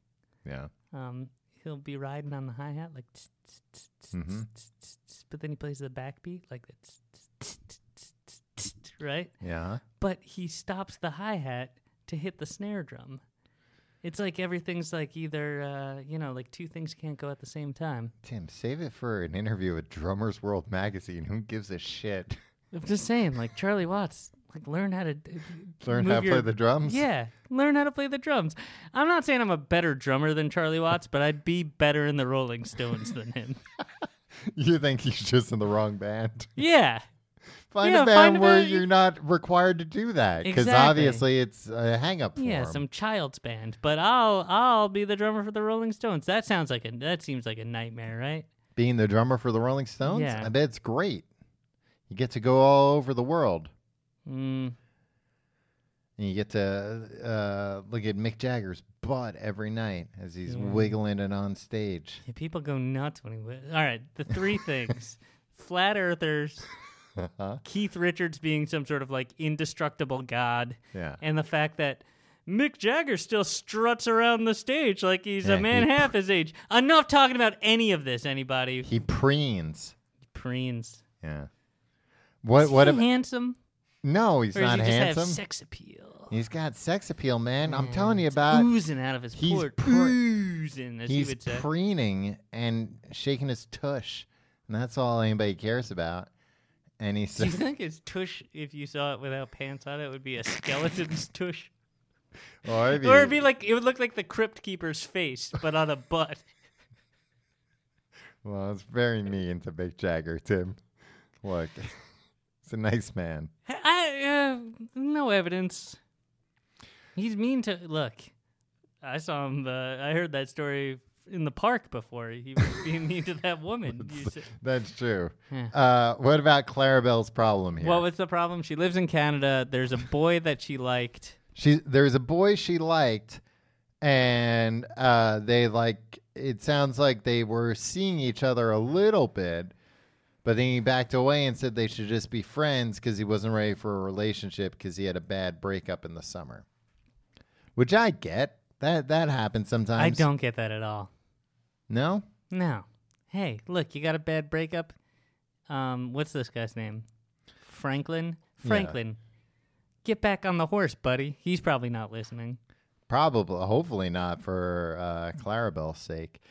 Speaker 2: Yeah.
Speaker 3: Um, he'll be riding on the hi hat like, tss, tss, tss, tss,
Speaker 2: Mhm.
Speaker 3: tss, tss, tss, but then he plays the backbeat like that, tss, tss, tss, tss, tss, tss, tss, right?
Speaker 2: Yeah.
Speaker 3: But he stops the hi hat to hit the snare drum. It's like everything's like either uh, you know, like two things can't go at the same time.
Speaker 2: Tim, save it for an interview with Drummers World Magazine. Who gives a shit?
Speaker 3: I'm just saying, like Charlie Watts, like learn how to d-
Speaker 2: Learn
Speaker 3: move
Speaker 2: how to play
Speaker 3: your-
Speaker 2: the drums?
Speaker 3: Yeah, learn how to play the drums. I'm not saying I'm a better drummer than Charlie Watts, but I'd be better in the Rolling Stones than him.
Speaker 2: you think he's just in the wrong band.
Speaker 3: Yeah.
Speaker 2: Find
Speaker 3: Yeah,
Speaker 2: a band
Speaker 3: find a
Speaker 2: where
Speaker 3: band-
Speaker 2: you're not required to do that because
Speaker 3: Exactly.
Speaker 2: obviously it's a hang up for
Speaker 3: Yeah,
Speaker 2: him.
Speaker 3: some child's band, but I'll I'll be the drummer for the Rolling Stones. That sounds like a that seems like a nightmare, right?
Speaker 2: Being the drummer for the Rolling Stones,
Speaker 3: Yeah.
Speaker 2: I bet it's great. You get to go all over the world.
Speaker 3: Mm,
Speaker 2: And you get to uh, look at Mick Jagger's butt every night as he's
Speaker 3: Yeah.
Speaker 2: wiggling it on stage.
Speaker 3: yeah, people go nuts when he. Wi- All right, the three things: flat earthers,
Speaker 2: Uh-huh.
Speaker 3: Keith Richards being some sort of like indestructible god,
Speaker 2: Yeah.
Speaker 3: and the fact that Mick Jagger still struts around the stage like he's
Speaker 2: Yeah,
Speaker 3: a
Speaker 2: he
Speaker 3: man
Speaker 2: pr-
Speaker 3: half his age. Enough talking about any of this, anybody.
Speaker 2: He preens.
Speaker 3: preens.
Speaker 2: Yeah. What?
Speaker 3: Is
Speaker 2: what?
Speaker 3: he
Speaker 2: ab-
Speaker 3: handsome?
Speaker 2: no, he's
Speaker 3: or does
Speaker 2: not
Speaker 3: he just
Speaker 2: handsome.
Speaker 3: have sex appeal?
Speaker 2: he's got sex appeal, man. I'm
Speaker 3: Man,
Speaker 2: telling you
Speaker 3: it's
Speaker 2: about.
Speaker 3: oozing out of his
Speaker 2: he's
Speaker 3: port.
Speaker 2: pre-
Speaker 3: oozing, as he
Speaker 2: he's
Speaker 3: would say.
Speaker 2: preening and shaking his tush, and that's all anybody cares about. And he
Speaker 3: Do you
Speaker 2: says,
Speaker 3: think his tush, if you saw it without pants on it, would be a skeleton's tush?
Speaker 2: or if
Speaker 3: Or it'd
Speaker 2: you-
Speaker 3: be like it would look like the crypt keeper's face, but on a butt.
Speaker 2: well, it's very mean to Mick Jagger, Tim. Look, he's a nice man.
Speaker 3: I uh, no evidence. He's mean to look. I saw him. Uh, I heard that story in the park before. He was being mean to that woman. You said-
Speaker 2: That's true.
Speaker 3: Yeah.
Speaker 2: Uh, what about Clarabelle's problem here?
Speaker 3: What was the problem? She lives in Canada. There's a boy that she liked.
Speaker 2: she there was a boy she liked, and uh, they like it sounds like they were seeing each other a little bit, but then he backed away and said they should just be friends because he wasn't ready for a relationship because he had a bad breakup in the summer, which I get. That that happens sometimes.
Speaker 3: I don't get that at all.
Speaker 2: No,
Speaker 3: No. Hey, look, you got a bad breakup. Um, what's this guy's name? Franklin. Franklin. Get back on the horse, buddy. He's probably not listening.
Speaker 2: Probably, hopefully not for uh, Clarabelle's sake.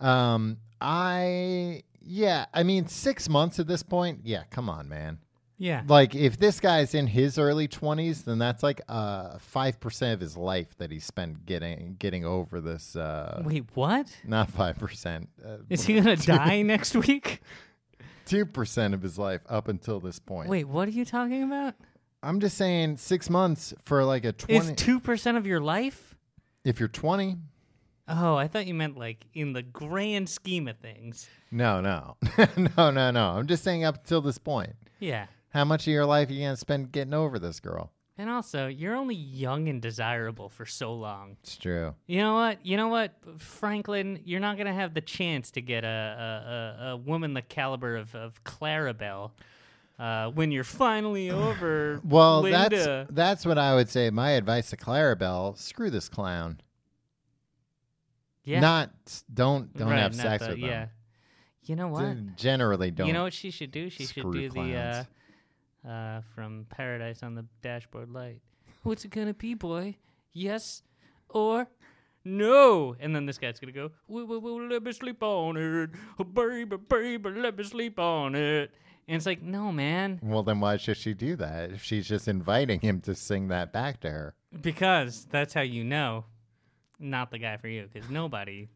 Speaker 2: Um, I yeah, I mean six months at this point. Yeah, come on, man.
Speaker 3: Yeah.
Speaker 2: Like if this guy's in his early twenties, then that's like uh five percent of his life that he spent getting getting over this. Uh,
Speaker 3: Wait, what?
Speaker 2: not five percent, uh,
Speaker 3: Is he gonna die next week?
Speaker 2: two percent of his life up until this point.
Speaker 3: Wait, what are you talking about?
Speaker 2: I'm just saying six months for like a twenty.
Speaker 3: It's two percent of your life?
Speaker 2: if you're twenty,
Speaker 3: Oh, I thought you meant like in the grand scheme of things.
Speaker 2: no, no, no, no, no. I'm just saying up until this point.
Speaker 3: Yeah.
Speaker 2: How much of your life are you gonna spend getting over this girl?
Speaker 3: And also, you're only young and desirable for so long.
Speaker 2: It's true.
Speaker 3: You know what? You know what, Franklin? You're not gonna have the chance to get a a, a, a woman the caliber of of Clarabelle uh, when you're finally over.
Speaker 2: Well,
Speaker 3: Linda.
Speaker 2: that's that's what I would say. My advice to Clarabelle: screw this clown.
Speaker 3: yeah,
Speaker 2: Not don't don't
Speaker 3: Right,
Speaker 2: have
Speaker 3: not
Speaker 2: sex
Speaker 3: the-
Speaker 2: with them.
Speaker 3: Yeah, you know what?
Speaker 2: D- Generally, don't.
Speaker 3: You know what she should do? She should
Speaker 2: Screw
Speaker 3: do
Speaker 2: clowns.
Speaker 3: the uh, uh, from Paradise on the Dashboard Light. What's it gonna be, boy? Yes or no? And then this guy's gonna go, "Woo, woo, woo, let me sleep on it, oh, baby, baby, let me sleep on it." And it's like, no, man,
Speaker 2: Well, then why should she do that if she's just inviting him to sing that back to her?
Speaker 3: because that's how you know, not the guy for you, because nobody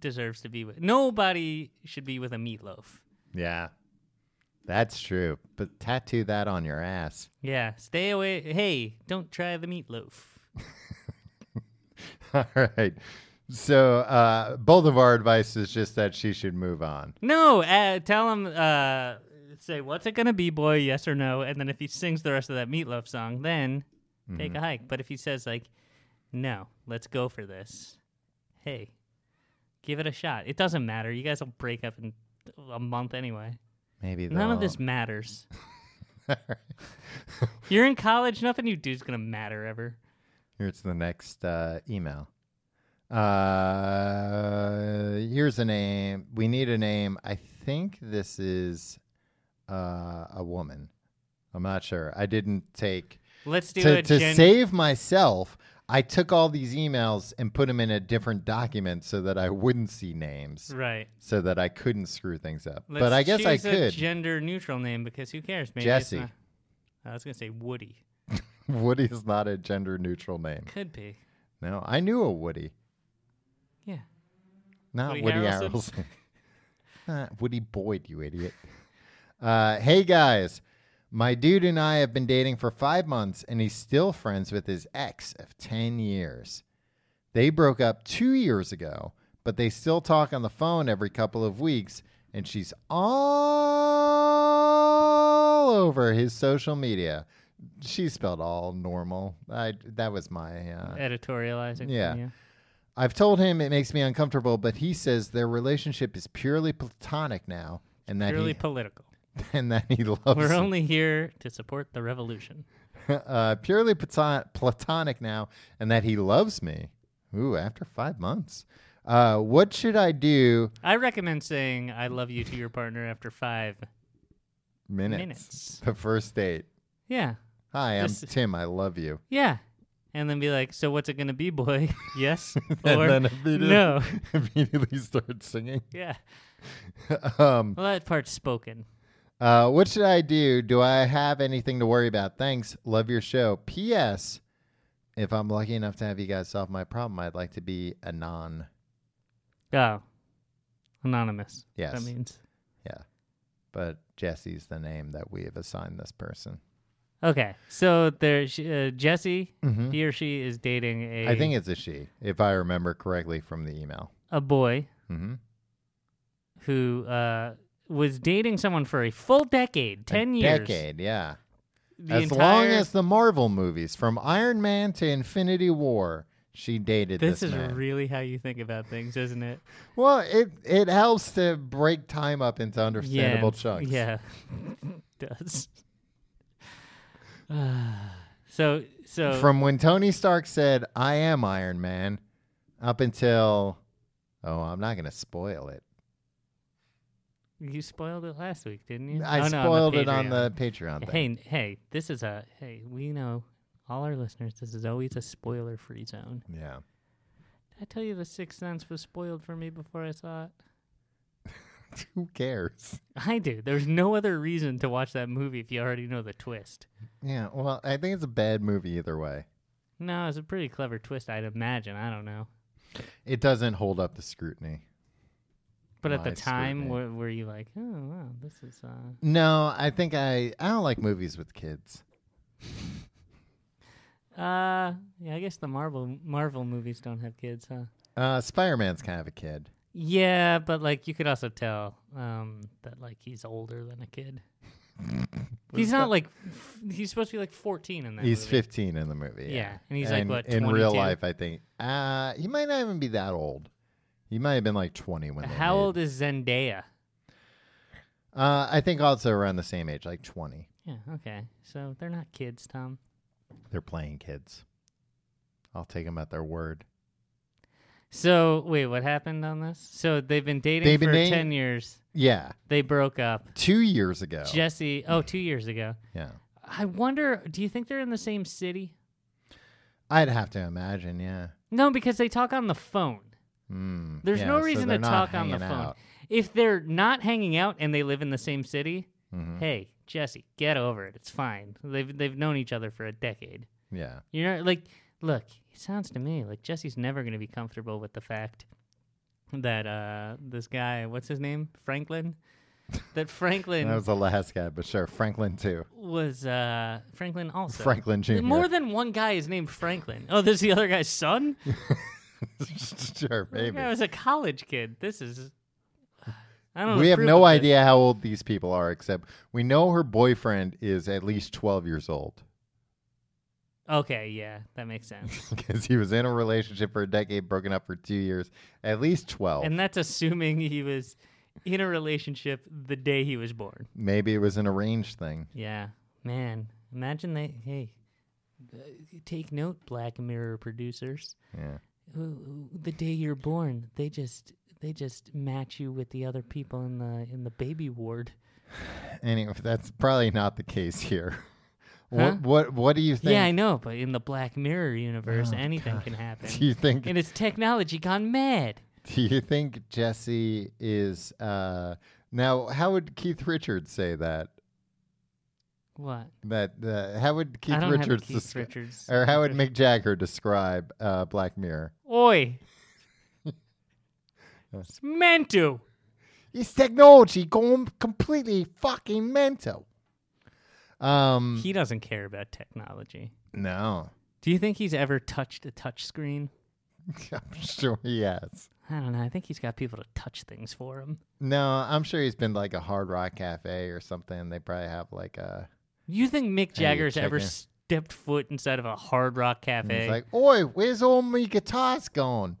Speaker 3: deserves to be with. Nobody should be with a meatloaf.
Speaker 2: Yeah, that's true. But tattoo that on your ass.
Speaker 3: Yeah, stay away. Hey, don't try the meatloaf.
Speaker 2: All right. So uh, both of our advice is just that she should move on.
Speaker 3: No, uh, tell him. Uh, say what's it gonna be, boy? Yes or no? And then if he sings the rest of that meatloaf song, then
Speaker 2: Mm-hmm.
Speaker 3: take a hike. But if he says like, "No, let's go for this," hey, give it a shot. It doesn't matter. You guys will break up in a month anyway.
Speaker 2: Maybe
Speaker 3: None of
Speaker 2: they'll-
Speaker 3: this matters. You're in college. Nothing you do is gonna matter ever.
Speaker 2: Here's the next uh, email. Uh, here's a name. We need a name. I think this is uh, a woman. I'm not sure. I didn't take
Speaker 3: Let's do
Speaker 2: to,
Speaker 3: a
Speaker 2: to
Speaker 3: gen-
Speaker 2: save myself. I took all these emails and put them in a different document so that I wouldn't see names,
Speaker 3: right.
Speaker 2: so that I couldn't screw things up.
Speaker 3: Let's
Speaker 2: but I guess I
Speaker 3: choose a
Speaker 2: could.
Speaker 3: gender neutral name because who cares? Maybe it's
Speaker 2: Jesse.
Speaker 3: not- I was gonna say Woody.
Speaker 2: Woody is not a gender neutral name.
Speaker 3: Could be.
Speaker 2: No, I knew a Woody,
Speaker 3: Yeah.
Speaker 2: not
Speaker 3: Woody
Speaker 2: Woody
Speaker 3: Harrelson?
Speaker 2: Harrelson. not Woody Boyd, you idiot. Uh, hey guys, my dude and I have been dating for five months, and he's still friends with his ex of 10 years. They broke up two years ago, but they still talk on the phone every couple of weeks, and she's all over his social media. She spelled all normal. I, that was my. Uh,
Speaker 3: Editorializing.
Speaker 2: Yeah. I've told him it makes me uncomfortable, but he says their relationship is purely platonic now, and that
Speaker 3: Purely
Speaker 2: he,
Speaker 3: political.
Speaker 2: and that he loves.
Speaker 3: We're
Speaker 2: her.
Speaker 3: only here to support the revolution.
Speaker 2: uh, purely platon- platonic now, and that he loves me. Ooh, after five months, uh, what should I do?
Speaker 3: I recommend saying "I love you" to your partner after five.
Speaker 2: Minutes.
Speaker 3: Minutes.
Speaker 2: The first date.
Speaker 3: Yeah,
Speaker 2: Hi, I'm
Speaker 3: This-
Speaker 2: Tim. I love you.
Speaker 3: yeah, and then be like, "So what's it gonna be, boy? yes
Speaker 2: And
Speaker 3: or
Speaker 2: then immediately,
Speaker 3: no?"
Speaker 2: immediately start singing.
Speaker 3: Yeah.
Speaker 2: um,
Speaker 3: Well, that part's spoken.
Speaker 2: Uh, what should I do? Do I have anything to worry about? Thanks. Love your show. P.S. If I'm lucky enough to have you guys solve my problem, I'd like to be a non.
Speaker 3: Oh, anonymous.
Speaker 2: Yes.
Speaker 3: That means
Speaker 2: Yeah. But Jesse's the name that we have assigned this person.
Speaker 3: okay. So there, sh- uh, Jesse,
Speaker 2: Mhm.
Speaker 3: he or she is dating a
Speaker 2: I think it's a she, if I remember correctly from the email.
Speaker 3: a boy
Speaker 2: hmm
Speaker 3: who uh, was dating someone for a full decade, ten years,
Speaker 2: Decade, yeah.
Speaker 3: the
Speaker 2: as
Speaker 3: entire.
Speaker 2: long as the Marvel movies, from Iron Man to Infinity War, she dated this,
Speaker 3: this is
Speaker 2: man.
Speaker 3: really how you think about things, isn't it?
Speaker 2: well, it, it helps to break time up into understandable
Speaker 3: yeah,
Speaker 2: chunks.
Speaker 3: Yeah, does. so so
Speaker 2: from when Tony Stark said, "I am Iron Man," up until, oh, I'm not going to spoil it.
Speaker 3: you spoiled it last week, didn't you?
Speaker 2: I
Speaker 3: Oh, no,
Speaker 2: spoiled it on
Speaker 3: Patreon.
Speaker 2: the Patreon thing.
Speaker 3: Hey, hey, this is a hey. We know all our listeners. This is always a spoiler-free zone.
Speaker 2: Yeah,
Speaker 3: Did I tell you the Sixth Sense was spoiled for me before I saw it?
Speaker 2: who cares?
Speaker 3: I do. There's no other reason to watch that movie if you already know the twist.
Speaker 2: Yeah, well, I think it's a bad movie either way.
Speaker 3: No, it's a pretty clever twist, I'd imagine. I don't know.
Speaker 2: It doesn't hold up the scrutiny.
Speaker 3: But at the
Speaker 2: My
Speaker 3: time,
Speaker 2: scrutiny.
Speaker 3: were, were you like, oh wow, this is uh,
Speaker 2: No, I think I I don't like movies with kids.
Speaker 3: uh, yeah. I guess the Marvel Marvel movies don't have kids, huh?
Speaker 2: Uh, Spider Man's kind of a kid.
Speaker 3: Yeah, but like you could also tell um, that like he's older than a kid. he's not like f- he's supposed to be like fourteen in that.
Speaker 2: He's
Speaker 3: movie.
Speaker 2: 15 in the movie. Yeah,
Speaker 3: Yeah, and he's like, what,
Speaker 2: In real
Speaker 3: 22?
Speaker 2: life, I think uh, he might not even be that old. He might have been like 20 when. they
Speaker 3: How
Speaker 2: made-
Speaker 3: old is Zendaya?
Speaker 2: Uh, I think also around the same age, like 20.
Speaker 3: Yeah, okay. So they're not kids, Tom.
Speaker 2: They're playing kids. I'll take them at their word.
Speaker 3: So wait, what happened on this? So they've been dating
Speaker 2: They've
Speaker 3: for
Speaker 2: been dating-
Speaker 3: ten years.
Speaker 2: Yeah,
Speaker 3: They broke up.
Speaker 2: two years ago.
Speaker 3: Jesse, oh, two years ago.
Speaker 2: yeah,
Speaker 3: I wonder. Do you think they're in the same city?
Speaker 2: I'd have to imagine. Yeah,
Speaker 3: No, because they talk on the phone.
Speaker 2: mm.
Speaker 3: There's
Speaker 2: yeah,
Speaker 3: no
Speaker 2: so
Speaker 3: reason
Speaker 2: they're
Speaker 3: to
Speaker 2: not
Speaker 3: talk on the
Speaker 2: hanging
Speaker 3: phone.
Speaker 2: out.
Speaker 3: If they're not hanging out and they live in the same city,
Speaker 2: Mhm.
Speaker 3: hey, Jesse, get over it. It's fine. They've they've known each other for a decade.
Speaker 2: Yeah,
Speaker 3: You know, like, look, it sounds to me like Jesse's never going to be comfortable with the fact that uh, this guy, what's his name, Franklin, that Franklin
Speaker 2: that
Speaker 3: was,
Speaker 2: was the last guy, but sure, Franklin too.
Speaker 3: uh, Franklin also
Speaker 2: Franklin Jr.
Speaker 3: More than one guy is named Franklin. Oh, there's the other guy's son.
Speaker 2: sure,
Speaker 3: That
Speaker 2: maybe.
Speaker 3: guy was a college kid. This is. I don't.
Speaker 2: We have
Speaker 3: approve
Speaker 2: no
Speaker 3: of this.
Speaker 2: idea how old these people are, except we know her boyfriend is at least 12 years old
Speaker 3: Okay, yeah, that makes sense.
Speaker 2: because he was in a relationship for a decade, broken up for two years, at least 12.
Speaker 3: and that's assuming he was in a relationship the day he was born.
Speaker 2: maybe it was an arranged thing.
Speaker 3: Yeah, man. Imagine they. Hey, uh, take note, Black Mirror producers.
Speaker 2: Yeah.
Speaker 3: Who- who- The day you're born, they just they just match you with the other people in the in the baby ward.
Speaker 2: Anyway, that's probably not the case here.
Speaker 3: Huh?
Speaker 2: What what what do you think?
Speaker 3: Yeah, I know, but in the Black Mirror
Speaker 2: Oh,
Speaker 3: universe, anything can
Speaker 2: do
Speaker 3: happen.
Speaker 2: you think
Speaker 3: and it's technology gone mad.
Speaker 2: do you think Jesse is uh now how would Keith Richards say that?
Speaker 3: What?
Speaker 2: That uh, how would Keith
Speaker 3: I don't
Speaker 2: Richards
Speaker 3: have a Keith
Speaker 2: descri-
Speaker 3: Richards.
Speaker 2: or how would Mick Jagger describe uh Black Mirror?
Speaker 3: Oi. it's meant to.
Speaker 2: This technology going completely fucking mental. Um,
Speaker 3: He doesn't care about technology.
Speaker 2: no,
Speaker 3: Do you think he's ever touched a touch screen?
Speaker 2: I'm sure he has.
Speaker 3: I don't know. I think he's got people to touch things for him.
Speaker 2: No, I'm sure he's been to, like a Hard Rock Cafe or something. They probably have like a.
Speaker 3: You think Mick
Speaker 2: Hey, you
Speaker 3: Jagger's ever
Speaker 2: check in.
Speaker 3: stepped foot inside of a Hard Rock
Speaker 2: and he's
Speaker 3: Cafe?
Speaker 2: like, "Oi, where's all my guitars gone?"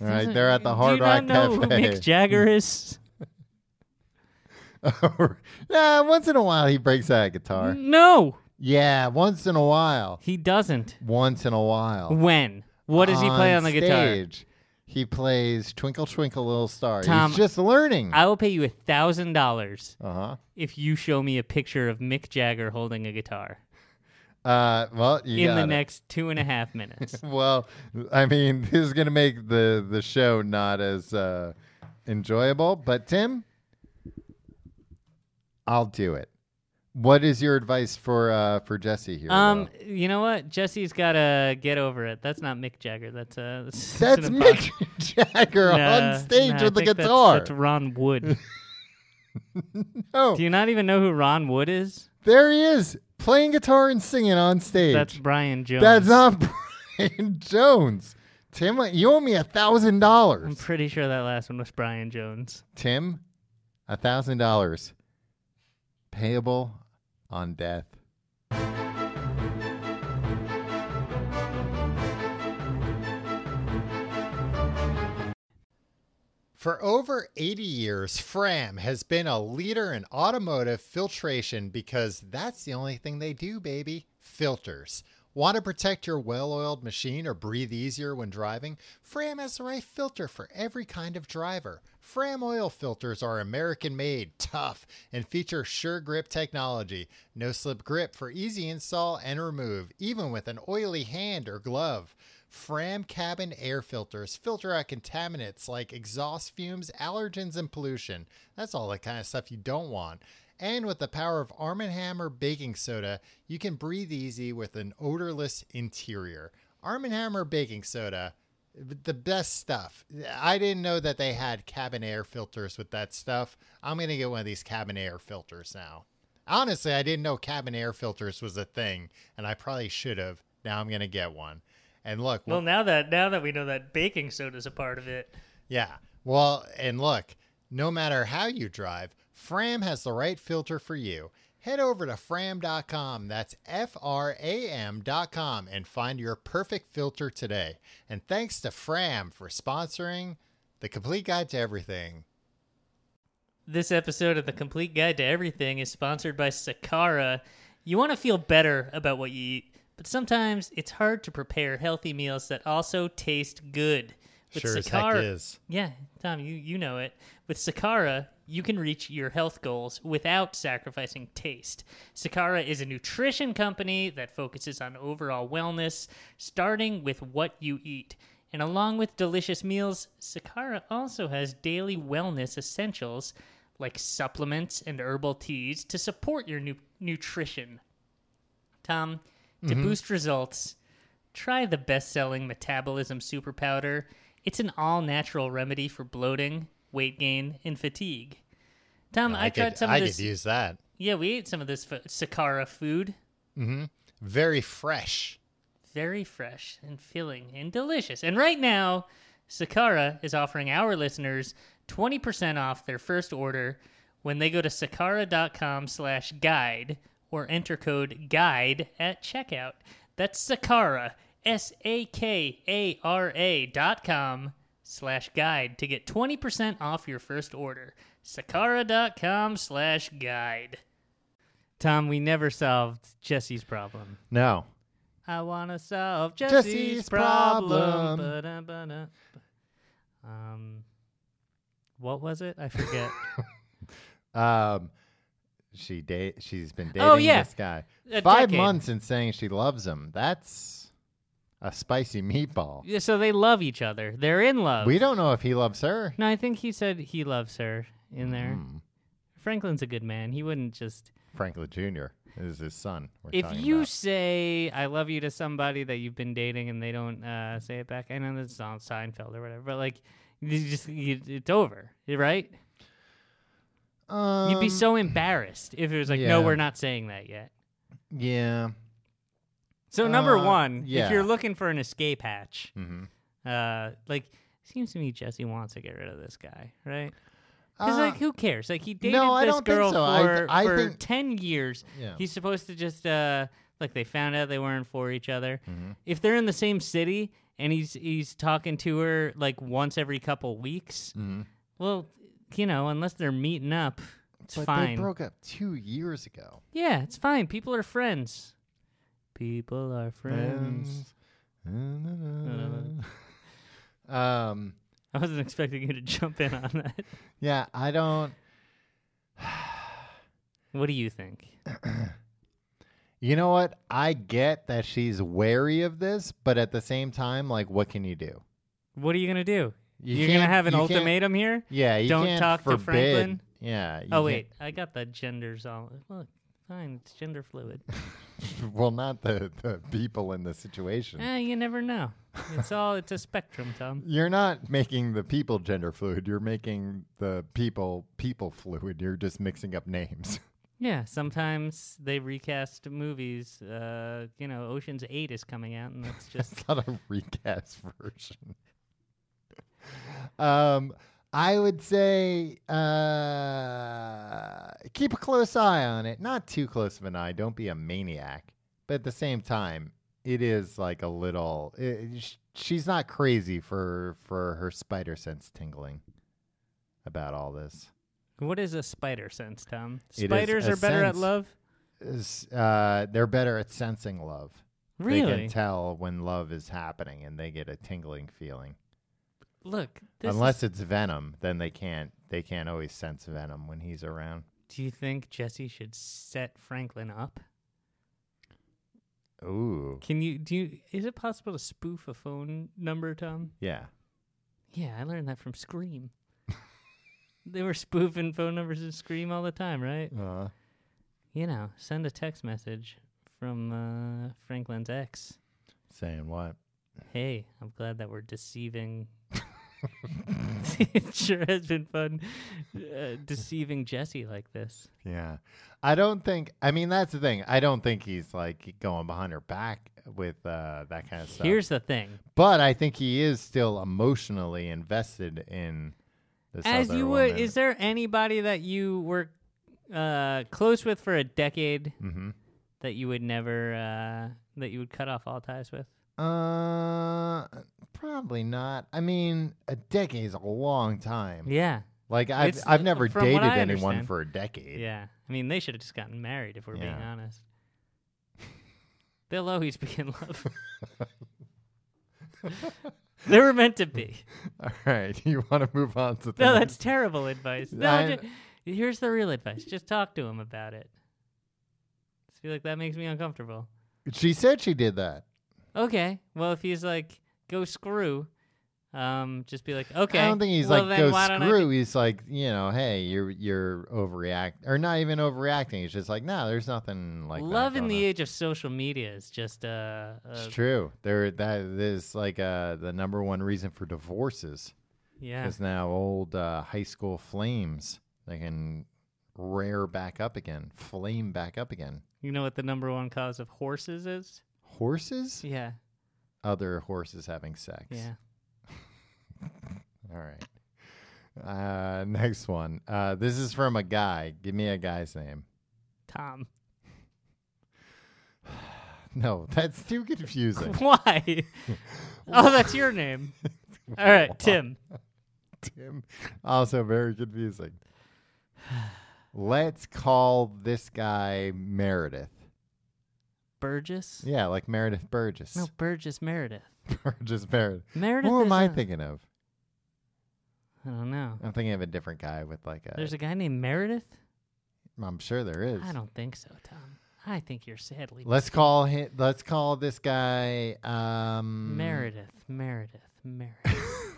Speaker 2: All right, they're at the Hard
Speaker 3: Do you
Speaker 2: Rock
Speaker 3: not know
Speaker 2: Cafe.
Speaker 3: who Mick Jagger is?
Speaker 2: nah, once in a while he breaks out a guitar.
Speaker 3: Mm. No,
Speaker 2: Yeah, once in a while.
Speaker 3: he doesn't.
Speaker 2: Once in a while.
Speaker 3: When? What does he play on the guitar?
Speaker 2: stage, He plays Twinkle Twinkle Little Star.
Speaker 3: Tom,
Speaker 2: He's just learning.
Speaker 3: I will pay you a thousand dollars
Speaker 2: uh-huh.
Speaker 3: if you show me a picture of Mick Jagger holding a guitar
Speaker 2: Uh well, you
Speaker 3: in the
Speaker 2: got it.
Speaker 3: next two and a half minutes.
Speaker 2: Well, I mean, this is going to make the the show not as uh enjoyable, but Tim I'll do it. What is your advice for uh for Jesse here?
Speaker 3: um,
Speaker 2: though?
Speaker 3: you know what? Jesse's gotta get over it. That's not Mick Jagger. That's uh, that's,
Speaker 2: That's
Speaker 3: an
Speaker 2: Mick Jagger
Speaker 3: Nah,
Speaker 2: on stage
Speaker 3: nah, I
Speaker 2: with the
Speaker 3: think that's-
Speaker 2: guitar.
Speaker 3: That's, Ron Wood.
Speaker 2: oh,
Speaker 3: Do you not even know who Ron Wood is?
Speaker 2: there he is playing guitar and singing on stage.
Speaker 3: That's Brian Jones.
Speaker 2: That's not Brian Jones. Tim, you owe me a thousand
Speaker 3: I'm
Speaker 2: dollars.
Speaker 3: pretty sure that last one was Brian Jones.
Speaker 2: Tim, a thousand dollars payable on death. For over 80 years, Fram has been a leader in automotive filtration because that's the only thing they do, baby. Filters. Want to protect your well oiled machine or breathe easier when driving? Fram has the right filter for every kind of driver. Fram oil filters are American made, tough, and feature sure grip technology. No slip grip for easy install and remove, even with an oily hand or glove. Fram cabin air filters filter out contaminants like exhaust fumes, allergens, and pollution. That's all the kind of stuff you don't want. And with the power of Arm & Hammer baking soda, you can breathe easy with an odorless interior. Arm & Hammer baking soda, the best stuff. I didn't know that they had cabin air filters with that stuff. I'm going to get one of these cabin air filters now. Honestly, I didn't know cabin air filters was a thing, and I probably should have. Now I'm going to get one. And look,
Speaker 3: Well, now that now that we know that baking soda's a part of it,
Speaker 2: Yeah. Well, and look, no matter how you drive, Fram has the right filter for you. Head over to fram.com, that's F R A M.com, and find your perfect filter today. And thanks to Fram for sponsoring the complete guide to everything.
Speaker 3: this episode of the Complete Guide to Everything is sponsored by Sakara. You want to feel better about what you eat, but sometimes it's hard to prepare healthy meals that also taste good.
Speaker 2: is.
Speaker 3: Yeah, Tom, you, you know it. With Sakara, you can reach your health goals without sacrificing taste. Sakara is a nutrition company that focuses on overall wellness, starting with what you eat. And along with delicious meals, Sakara also has daily wellness essentials like supplements and herbal teas to support your nu- nutrition. Tom, to
Speaker 1: Mm-hmm.
Speaker 3: boost results, try the best selling metabolism super powder. It's an all natural remedy for bloating, weight gain, and fatigue. Tom, Um, I,
Speaker 1: I,
Speaker 3: tried
Speaker 1: could,
Speaker 3: some
Speaker 1: I
Speaker 3: of this.
Speaker 1: could use that.
Speaker 3: yeah, we ate some of this f- Sakara food.
Speaker 1: Very fresh.
Speaker 3: Very fresh and filling and delicious. And right now, Sakara is offering our listeners 20% off their first order when they go to sakara.com slash guide or enter code guide at checkout. That's Sakara, S-A-K-A-R-A dot com slash guide to get 20% off your first order. Sakara.com slash guide. Tom, we never solved Jesse's problem.
Speaker 2: No.
Speaker 3: I want to solve Jesse's,
Speaker 2: Jesse's
Speaker 3: problem.
Speaker 2: problem.
Speaker 3: Ba-dum, ba-dum. Um, what was it? I forget.
Speaker 2: Um, she date. She's been dating
Speaker 3: Oh, yeah.
Speaker 2: this guy
Speaker 3: A
Speaker 2: five
Speaker 3: decade.
Speaker 2: months and saying she loves him. That's a spicy meatball.
Speaker 3: yeah, so they love each other. They're in love.
Speaker 2: We don't know if he loves her.
Speaker 3: no, I think he said he loves her in there.
Speaker 2: Hmm.
Speaker 3: Franklin's a good man. He wouldn't just.
Speaker 2: Franklin Jr. is his son. we're
Speaker 3: If
Speaker 2: talking
Speaker 3: you
Speaker 2: about.
Speaker 3: say "I love you" to somebody that you've been dating and they don't uh, say it back, I know this is on Seinfeld or whatever, but like, you just you, it's over, right?
Speaker 2: Um,
Speaker 3: You'd be so embarrassed if it was like, no,
Speaker 2: yeah.
Speaker 3: we're not saying that yet.
Speaker 2: Yeah.
Speaker 3: So number
Speaker 2: Uh,
Speaker 3: one,
Speaker 2: yeah.
Speaker 3: if you're looking for an escape hatch,
Speaker 2: Mm-hmm.
Speaker 3: uh, like seems to me Jesse wants to get rid of this guy, right? Because
Speaker 2: Ah,
Speaker 3: like, who cares? Like he dated
Speaker 2: Uh, no, I
Speaker 3: this
Speaker 2: don't think
Speaker 3: girl
Speaker 2: so. I-
Speaker 3: for,
Speaker 2: I
Speaker 3: for
Speaker 2: think-
Speaker 3: ten years.
Speaker 2: Yeah.
Speaker 3: He's supposed to just uh, like they found out they weren't for each other.
Speaker 2: Mhm.
Speaker 3: If they're in the same city and he's he's talking to her like once every couple weeks,
Speaker 2: Mhm.
Speaker 3: well, you know, unless they're meeting up, it's
Speaker 2: but they
Speaker 3: fine.
Speaker 2: broke up two years ago.
Speaker 3: yeah, it's fine. People are friends. People are friends.
Speaker 2: Friends. um.
Speaker 3: I wasn't expecting you to jump in on that.
Speaker 2: Yeah, I don't.
Speaker 3: What do you think?
Speaker 2: You know what? I get that she's wary of this, but at the same time, like, what can you do?
Speaker 3: What are you gonna do?
Speaker 2: You
Speaker 3: You're gonna
Speaker 2: can't-
Speaker 3: have an
Speaker 2: you can't-
Speaker 3: ultimatum here.
Speaker 2: Yeah, you
Speaker 3: Don't
Speaker 2: can't
Speaker 3: talk to
Speaker 2: forbid.
Speaker 3: Franklin?
Speaker 2: Yeah. you can't-
Speaker 3: oh wait, I got the genders all. Well, fine, it's gender fluid.
Speaker 2: well, not the, the people in the situation.
Speaker 3: eh, you never know. It's all. It's a spectrum, Tom.
Speaker 2: You're not making the people gender fluid. You're making the people people fluid. You're just mixing up names.
Speaker 3: Yeah, sometimes they recast movies. Uh, you know, Ocean's Eight is coming out, and that's just
Speaker 2: it's not a recast version. um, I would say uh, keep a close eye on it. Not too close of an eye. Don't be a maniac. But at the same time, it is like a little. It, sh- she's not crazy for for her spider sense tingling about all this.
Speaker 3: what is a spider sense, Tom?
Speaker 2: It is
Speaker 3: Spiders
Speaker 2: a
Speaker 3: are better at
Speaker 2: sense.
Speaker 3: love.
Speaker 2: Is, Uh, they're better at sensing love. They
Speaker 3: Really?
Speaker 2: can tell when love is happening, and they get a tingling feeling.
Speaker 3: Look, this
Speaker 2: Unless
Speaker 3: Is,
Speaker 2: it's Venom, then they can't they can't always sense Venom when he's around.
Speaker 3: do you think Jesse should set Franklin up?
Speaker 2: Ooh.
Speaker 3: Can you do? You, is it possible to spoof a phone number, Tom?
Speaker 2: Yeah.
Speaker 3: Yeah, I learned that from Scream. they were spoofing phone numbers in Scream all the time, right?
Speaker 2: Uh,
Speaker 3: You know, send a text message from uh, Franklin's ex.
Speaker 2: saying what?
Speaker 3: Hey, I'm glad that we're deceiving. it sure has been fun uh, deceiving Jesse like this.
Speaker 2: Yeah. I don't think I mean that's the thing. I don't think he's like going behind her back with uh that kind of stuff.
Speaker 3: Here's the thing.
Speaker 2: but I think he is still emotionally invested in this.
Speaker 3: As
Speaker 2: other
Speaker 3: you would,
Speaker 2: woman.
Speaker 3: is there anybody that you were uh, close with for a decade
Speaker 2: Mhm.
Speaker 3: that you would never, uh, that you would cut off all ties with?
Speaker 2: Uh probably not. I mean, a decade is a long time.
Speaker 3: Yeah.
Speaker 2: Like I've
Speaker 3: It's-
Speaker 2: I've never
Speaker 3: from what
Speaker 2: dated
Speaker 3: I
Speaker 2: anyone
Speaker 3: understand.
Speaker 2: for a decade.
Speaker 3: Yeah. I mean, they should have just gotten married if we're being
Speaker 2: Yeah.
Speaker 3: honest. They'll always be in love. they were meant to be.
Speaker 2: All right, you want to move on to the
Speaker 3: No,
Speaker 2: next-
Speaker 3: that's terrible advice. No,
Speaker 2: I-
Speaker 3: ju- here's the real advice just talk to him about it. Just be like, that makes me uncomfortable.
Speaker 2: She said she did that.
Speaker 3: Okay. Well, if he's like, go screw, um, just be like, okay.
Speaker 2: I don't think he's
Speaker 3: well,
Speaker 2: like
Speaker 3: then
Speaker 2: go
Speaker 3: why don't I
Speaker 2: screw. He's like, you know, hey, you're you're overreact or not even overreacting. He's just like, no, there's nothing like that
Speaker 3: love in
Speaker 2: going
Speaker 3: the
Speaker 2: on."
Speaker 3: age of social media is just uh, uh
Speaker 2: It's true. There that is like uh the number one reason for divorces
Speaker 3: yeah.
Speaker 2: is now old uh, high school flames. They can rear back up again, flame back up again.
Speaker 3: You know what the number one cause of horses is?
Speaker 2: Horses,
Speaker 3: Yeah.
Speaker 2: other horses having sex.
Speaker 3: Yeah.
Speaker 2: All right. Uh, next one. Uh, this is from a guy. Give me a guy's name.
Speaker 3: Tom.
Speaker 2: No, that's too confusing.
Speaker 3: Why? oh, that's your name. All right, Tim.
Speaker 2: Tim. Also very confusing. Let's call this guy Meredith.
Speaker 3: Burgess?
Speaker 2: Yeah, like Meredith Burgess.
Speaker 3: No, Burgess Meredith.
Speaker 2: Burgess Meredith.
Speaker 3: Meredith
Speaker 2: Who am
Speaker 3: is
Speaker 2: I Uh,
Speaker 3: a-
Speaker 2: thinking of?
Speaker 3: I don't know.
Speaker 2: I'm thinking of a different guy with like a.
Speaker 3: There's a guy named Meredith?
Speaker 2: I'm sure there is.
Speaker 3: I don't think so, Tom. I think you're sadly
Speaker 2: Let's call him. Let's call this guy um,
Speaker 3: Meredith, Meredith, Meredith.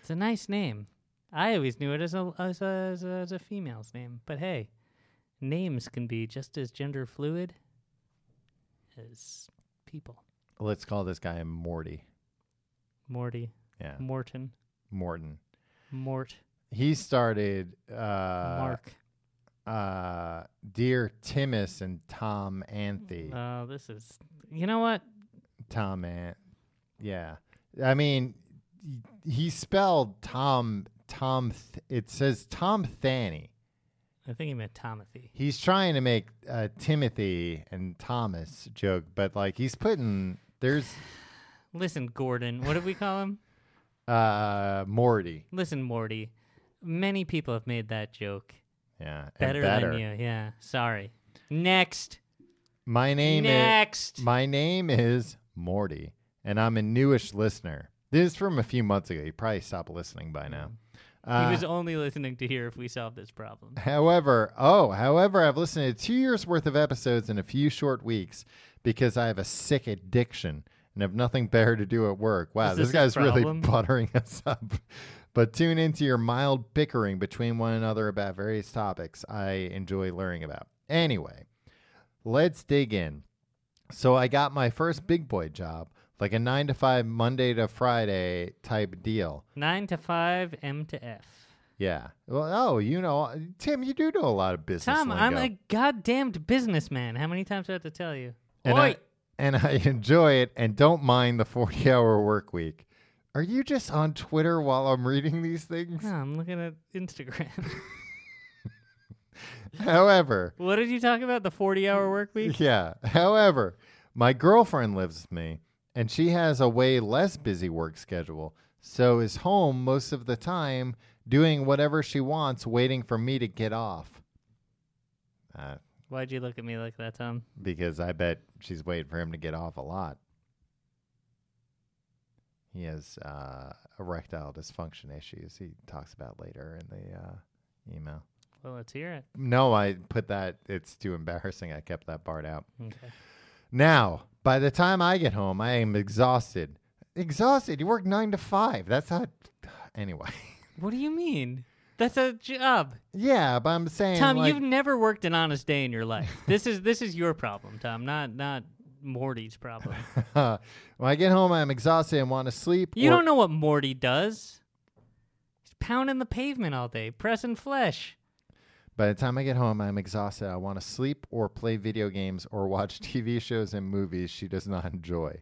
Speaker 3: it's a nice name. I always knew it as a, as a as a as a female's name, but hey, names can be just as gender fluid as people.
Speaker 2: Let's call this guy Morty.
Speaker 3: Morty,
Speaker 2: Yeah,
Speaker 3: Morton,
Speaker 2: Morton.
Speaker 3: Mort,
Speaker 2: He started uh,
Speaker 3: Mark.
Speaker 2: uh, dear Timus and Tom Anthe.
Speaker 3: Oh, this is. You know what?
Speaker 2: Tom Ant. Yeah. I mean, he- he spelled Tom, Tom, Th- it says Tom Thanny.
Speaker 3: I think he meant Timothy.
Speaker 2: He's trying to make uh, Timothy and Thomas joke, but like he's putting, there's
Speaker 3: Listen, Gordon. What did we call him?
Speaker 2: uh, Morty.
Speaker 3: Listen, Morty. Many people have made that joke.
Speaker 2: Yeah. and
Speaker 3: Better, than you. Yeah. Sorry. Next.
Speaker 2: My name is.
Speaker 3: Next.
Speaker 2: My name is Morty, and I'm a newish listener. This is from a few months ago. You probably stopped listening by now. Uh,
Speaker 3: he was only listening to hear if we solved this problem.
Speaker 2: however, oh, however, I've listened to two years worth of episodes in a few short weeks because I have a sick addiction and have nothing better to do at work. Wow, this,
Speaker 3: Is this his
Speaker 2: guy's really
Speaker 3: problem?
Speaker 2: buttering us up. But tune into your mild bickering between one another about various topics I enjoy learning about. Anyway, let's dig in. So I got my first big boy job, like a nine to five Monday to Friday type deal.
Speaker 3: Nine to five, M to F.
Speaker 2: Yeah. Well, oh, you know, Tim, you do know a lot of business.
Speaker 3: Tom, I'm
Speaker 2: lingo.
Speaker 3: a goddamned businessman. How many times do I have to tell you?
Speaker 2: and
Speaker 3: Oi!
Speaker 2: I, and I enjoy it and don't mind the 40 hour work week. Are you just on Twitter while I'm reading these things?
Speaker 3: No, I'm looking at Instagram.
Speaker 2: However,
Speaker 3: what did you talk about? The 40 hour work week?
Speaker 2: yeah. However, my girlfriend lives with me and she has a way less busy work schedule, so is home most of the time doing whatever she wants, waiting for me to get off. Uh,
Speaker 3: Why'd you look at me like that, Tom?
Speaker 2: because I bet she's waiting for him to get off a lot. He has uh, erectile dysfunction issues. He talks about later in the uh, email.
Speaker 3: Well, let's hear it.
Speaker 2: No, I put that. It's too embarrassing. I kept that part out.
Speaker 3: Okay.
Speaker 2: Now, by the time I get home, I am exhausted. Exhausted. You work nine to five. That's not. Anyway.
Speaker 3: What do you mean? That's a job.
Speaker 2: Yeah, but I'm saying.
Speaker 3: Tom,
Speaker 2: like,
Speaker 3: you've never worked an honest day in your life. this is this is your problem, Tom, not not Morty's problem.
Speaker 2: when I get home, I'm exhausted and want to sleep.
Speaker 3: You
Speaker 2: or-
Speaker 3: don't know what Morty does. He's pounding the pavement all day, pressing flesh.
Speaker 2: By the time I get home, I'm exhausted. I want to sleep or play video games or watch TV shows and movies she does not enjoy.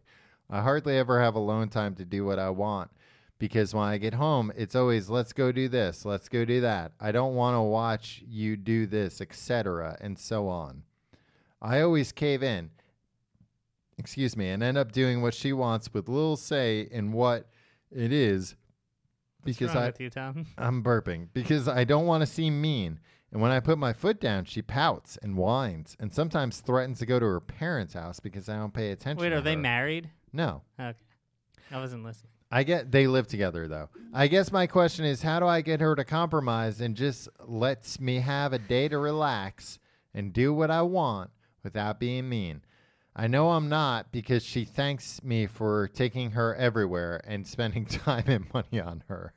Speaker 2: I hardly ever have alone time to do what I want because when I get home, it's always let's go do this, let's go do that. I don't want to watch you do this, etc., and so on. I always cave in, excuse me, and end up doing what she wants with little say in what it is because
Speaker 3: What's wrong
Speaker 2: I
Speaker 3: with you, Tom?
Speaker 2: I'm burping because I don't want to seem mean. And when I put my foot down, she pouts and whines and sometimes threatens to go to her parents' house because I don't pay attention.
Speaker 3: Wait,
Speaker 2: to
Speaker 3: are they
Speaker 2: her.
Speaker 3: married?
Speaker 2: No.
Speaker 3: Okay. I wasn't listening.
Speaker 2: I get they live together though. I guess my question is how do I get her to compromise and just lets me have a day to relax and do what I want without being mean? I know I'm not because she thanks me for taking her everywhere and spending time and money on her.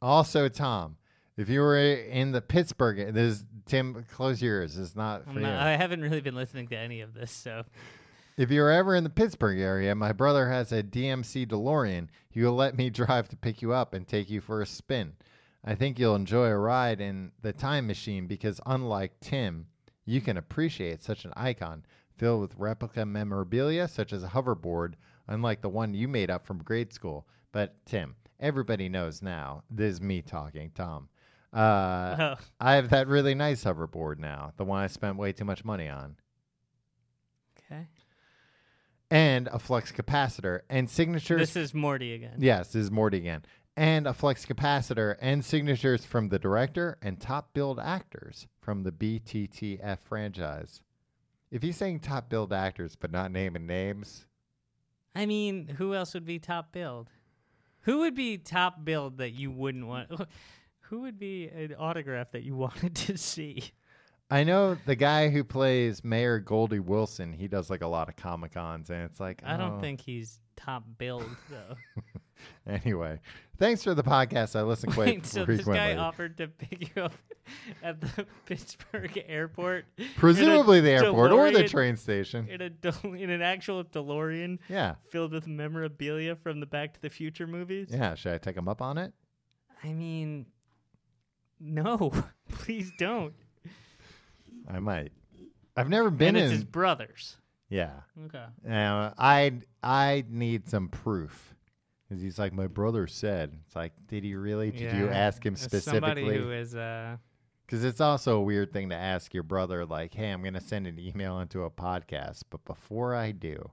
Speaker 2: Also, Tom, if you were in the Pittsburgh, this is- Tim, close your ears. It's not for
Speaker 3: I'm
Speaker 2: you.
Speaker 3: not, I haven't really been listening to any of this, so
Speaker 2: If you're ever in the Pittsburgh area, my brother has a DMC DeLorean. He will let me drive to pick you up and take you for a spin. I think you'll enjoy a ride in the time machine because, unlike Tim, you can appreciate such an icon filled with replica memorabilia such as a hoverboard, unlike the one you made up from grade school. But, Tim, everybody knows now. This is me talking, Tom. Uh,
Speaker 3: oh,
Speaker 2: I have that really nice hoverboard now, the one I spent way too much money on
Speaker 3: okay.
Speaker 2: and a flux capacitor and signatures.
Speaker 3: This is Morty again.
Speaker 2: yes, this is Morty again. And a flux capacitor and signatures from the director and top billed actors from the BTTF franchise. If he's saying top billed actors but not naming names,
Speaker 3: I mean, who else would be top billed? Who would be top billed that you wouldn't want? Who would be an autograph that you wanted to see?
Speaker 2: I know the guy who plays Mayor Goldie Wilson. He does like a lot of Comic Cons, and it's like
Speaker 3: I don't
Speaker 2: oh.
Speaker 3: think he's top billed though.
Speaker 2: Anyway, thanks for the podcast. I listen quite
Speaker 3: Wait, so this
Speaker 2: frequently.
Speaker 3: guy offered to pick you up at the Pittsburgh airport,
Speaker 2: Presumably the airport or the
Speaker 3: DeLorean.
Speaker 2: train station.
Speaker 3: in a Del- in an actual DeLorean
Speaker 2: Yeah,
Speaker 3: filled with memorabilia from the Back to the Future movies.
Speaker 2: yeah. Should I take him up on it?
Speaker 3: I mean, no, please don't.
Speaker 2: I might. I've never been
Speaker 3: and
Speaker 2: in.
Speaker 3: it's his brothers.
Speaker 2: yeah.
Speaker 3: Okay.
Speaker 2: Uh, I I need some proof. 'Cause he's like, my brother said. It's like, did he really? Did you
Speaker 3: Yeah.
Speaker 2: ask him
Speaker 3: As Somebody who
Speaker 2: specifically?
Speaker 3: is uh,
Speaker 2: Because it's also a weird thing to ask your brother, like, hey, I'm going to send an email into a podcast, but before I do,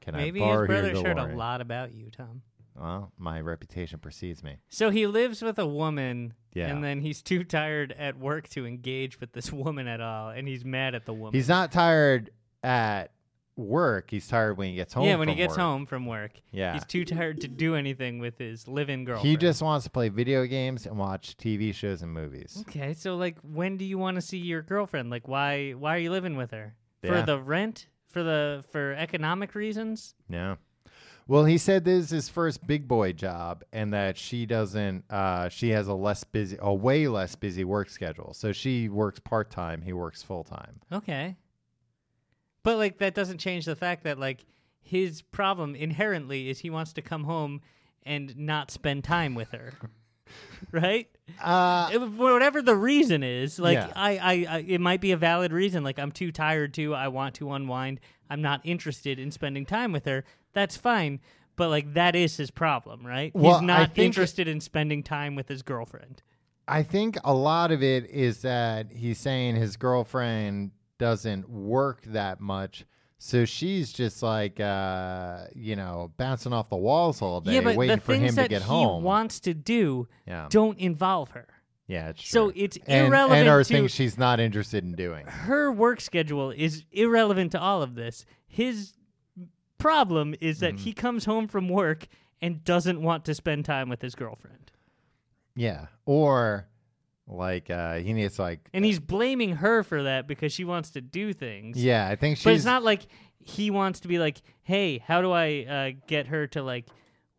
Speaker 2: can
Speaker 3: maybe
Speaker 2: I borrow
Speaker 3: his brother's
Speaker 2: your
Speaker 3: heard a
Speaker 2: DeLorean?
Speaker 3: lot about you, Tom.
Speaker 2: Well, my reputation precedes me.
Speaker 3: So he lives with a woman,
Speaker 2: Yeah.
Speaker 3: and then he's too tired at work to engage with this woman at all, and he's mad at the woman.
Speaker 2: He's not tired at work. He's tired when he gets home.
Speaker 3: yeah, when he
Speaker 2: from
Speaker 3: gets
Speaker 2: work.
Speaker 3: home from work,
Speaker 2: Yeah.
Speaker 3: he's too tired to do anything with his live-in girlfriend.
Speaker 2: He just wants to play video games and watch TV shows and movies.
Speaker 3: okay. So like, when do you want to see your girlfriend? Like, why why are you living with her
Speaker 2: Yeah.
Speaker 3: for the rent? For the for economic reasons?
Speaker 2: Yeah. Well, he said this is his first big boy job, and that she doesn't. Uh, she has a less busy, a way less busy work schedule. So she works part time. He works full time.
Speaker 3: Okay. But like that doesn't change the fact that like his problem inherently is he wants to come home and not spend time with her. right?
Speaker 2: Uh,
Speaker 3: It- whatever the reason is, like
Speaker 2: Yeah.
Speaker 3: I, I, I it might be a valid reason like I'm too tired to I want to unwind. I'm not interested in spending time with her. That's fine. But like that is his problem, right?
Speaker 2: Well, I
Speaker 3: He's not
Speaker 2: think-
Speaker 3: interested in spending time with his girlfriend.
Speaker 2: I think a lot of it is that he's saying his girlfriend doesn't work that much. So she's just like, uh, you know, bouncing off the walls all day,
Speaker 3: yeah, but
Speaker 2: waiting
Speaker 3: the
Speaker 2: for
Speaker 3: things
Speaker 2: him
Speaker 3: that
Speaker 2: to get
Speaker 3: he
Speaker 2: home.
Speaker 3: wants to do
Speaker 2: Yeah.
Speaker 3: don't involve her.
Speaker 2: yeah, it's
Speaker 3: So
Speaker 2: true.
Speaker 3: it's
Speaker 2: and,
Speaker 3: irrelevant
Speaker 2: and are
Speaker 3: to-
Speaker 2: things she's not interested in doing.
Speaker 3: Her work schedule is irrelevant to all of this. His problem is
Speaker 2: Mm-hmm.
Speaker 3: that he comes home from work and doesn't want to spend time with his girlfriend.
Speaker 2: Yeah, or like uh, he needs like
Speaker 3: And he's blaming her for that because she wants to do things.
Speaker 2: yeah. I think she's
Speaker 3: but it's not like he wants to be like, "Hey, how do I uh, get her to like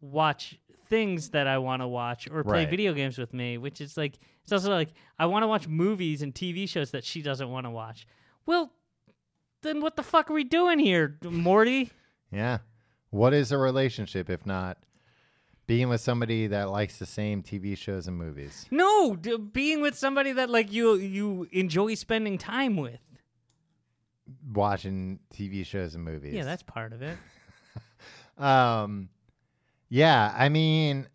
Speaker 3: watch things that I want to watch or play
Speaker 2: Right.
Speaker 3: video games with me?" Which is like, it's also like I want to watch movies and TV shows that she doesn't want to watch. Well, then what the fuck are we doing here, Morty?
Speaker 2: yeah. What is a relationship if not being with somebody that likes the same TV shows and movies?
Speaker 3: No, d- being with somebody that like you you enjoy spending time with.
Speaker 2: Watching TV shows and movies.
Speaker 3: Yeah, that's part of it.
Speaker 2: um, yeah. I mean,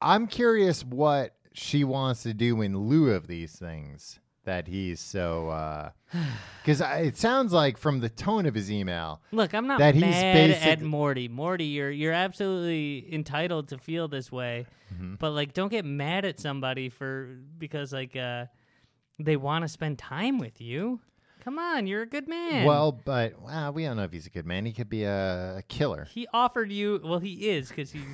Speaker 2: I'm curious what she wants to do in lieu of these things that he's so because it sounds like from the tone of his email
Speaker 3: Look, I'm not
Speaker 2: That he's
Speaker 3: mad at
Speaker 2: basic-
Speaker 3: Morty. Morty, you're you're absolutely entitled to feel this way,
Speaker 2: Mm-hmm.
Speaker 3: but like, don't get mad at somebody for because like uh, they want to spend time with you. Come on, you're a good man.
Speaker 2: Well, but wow, we don't know if he's a good man. He could be a, a killer.
Speaker 3: he offered you. Well, he is because he's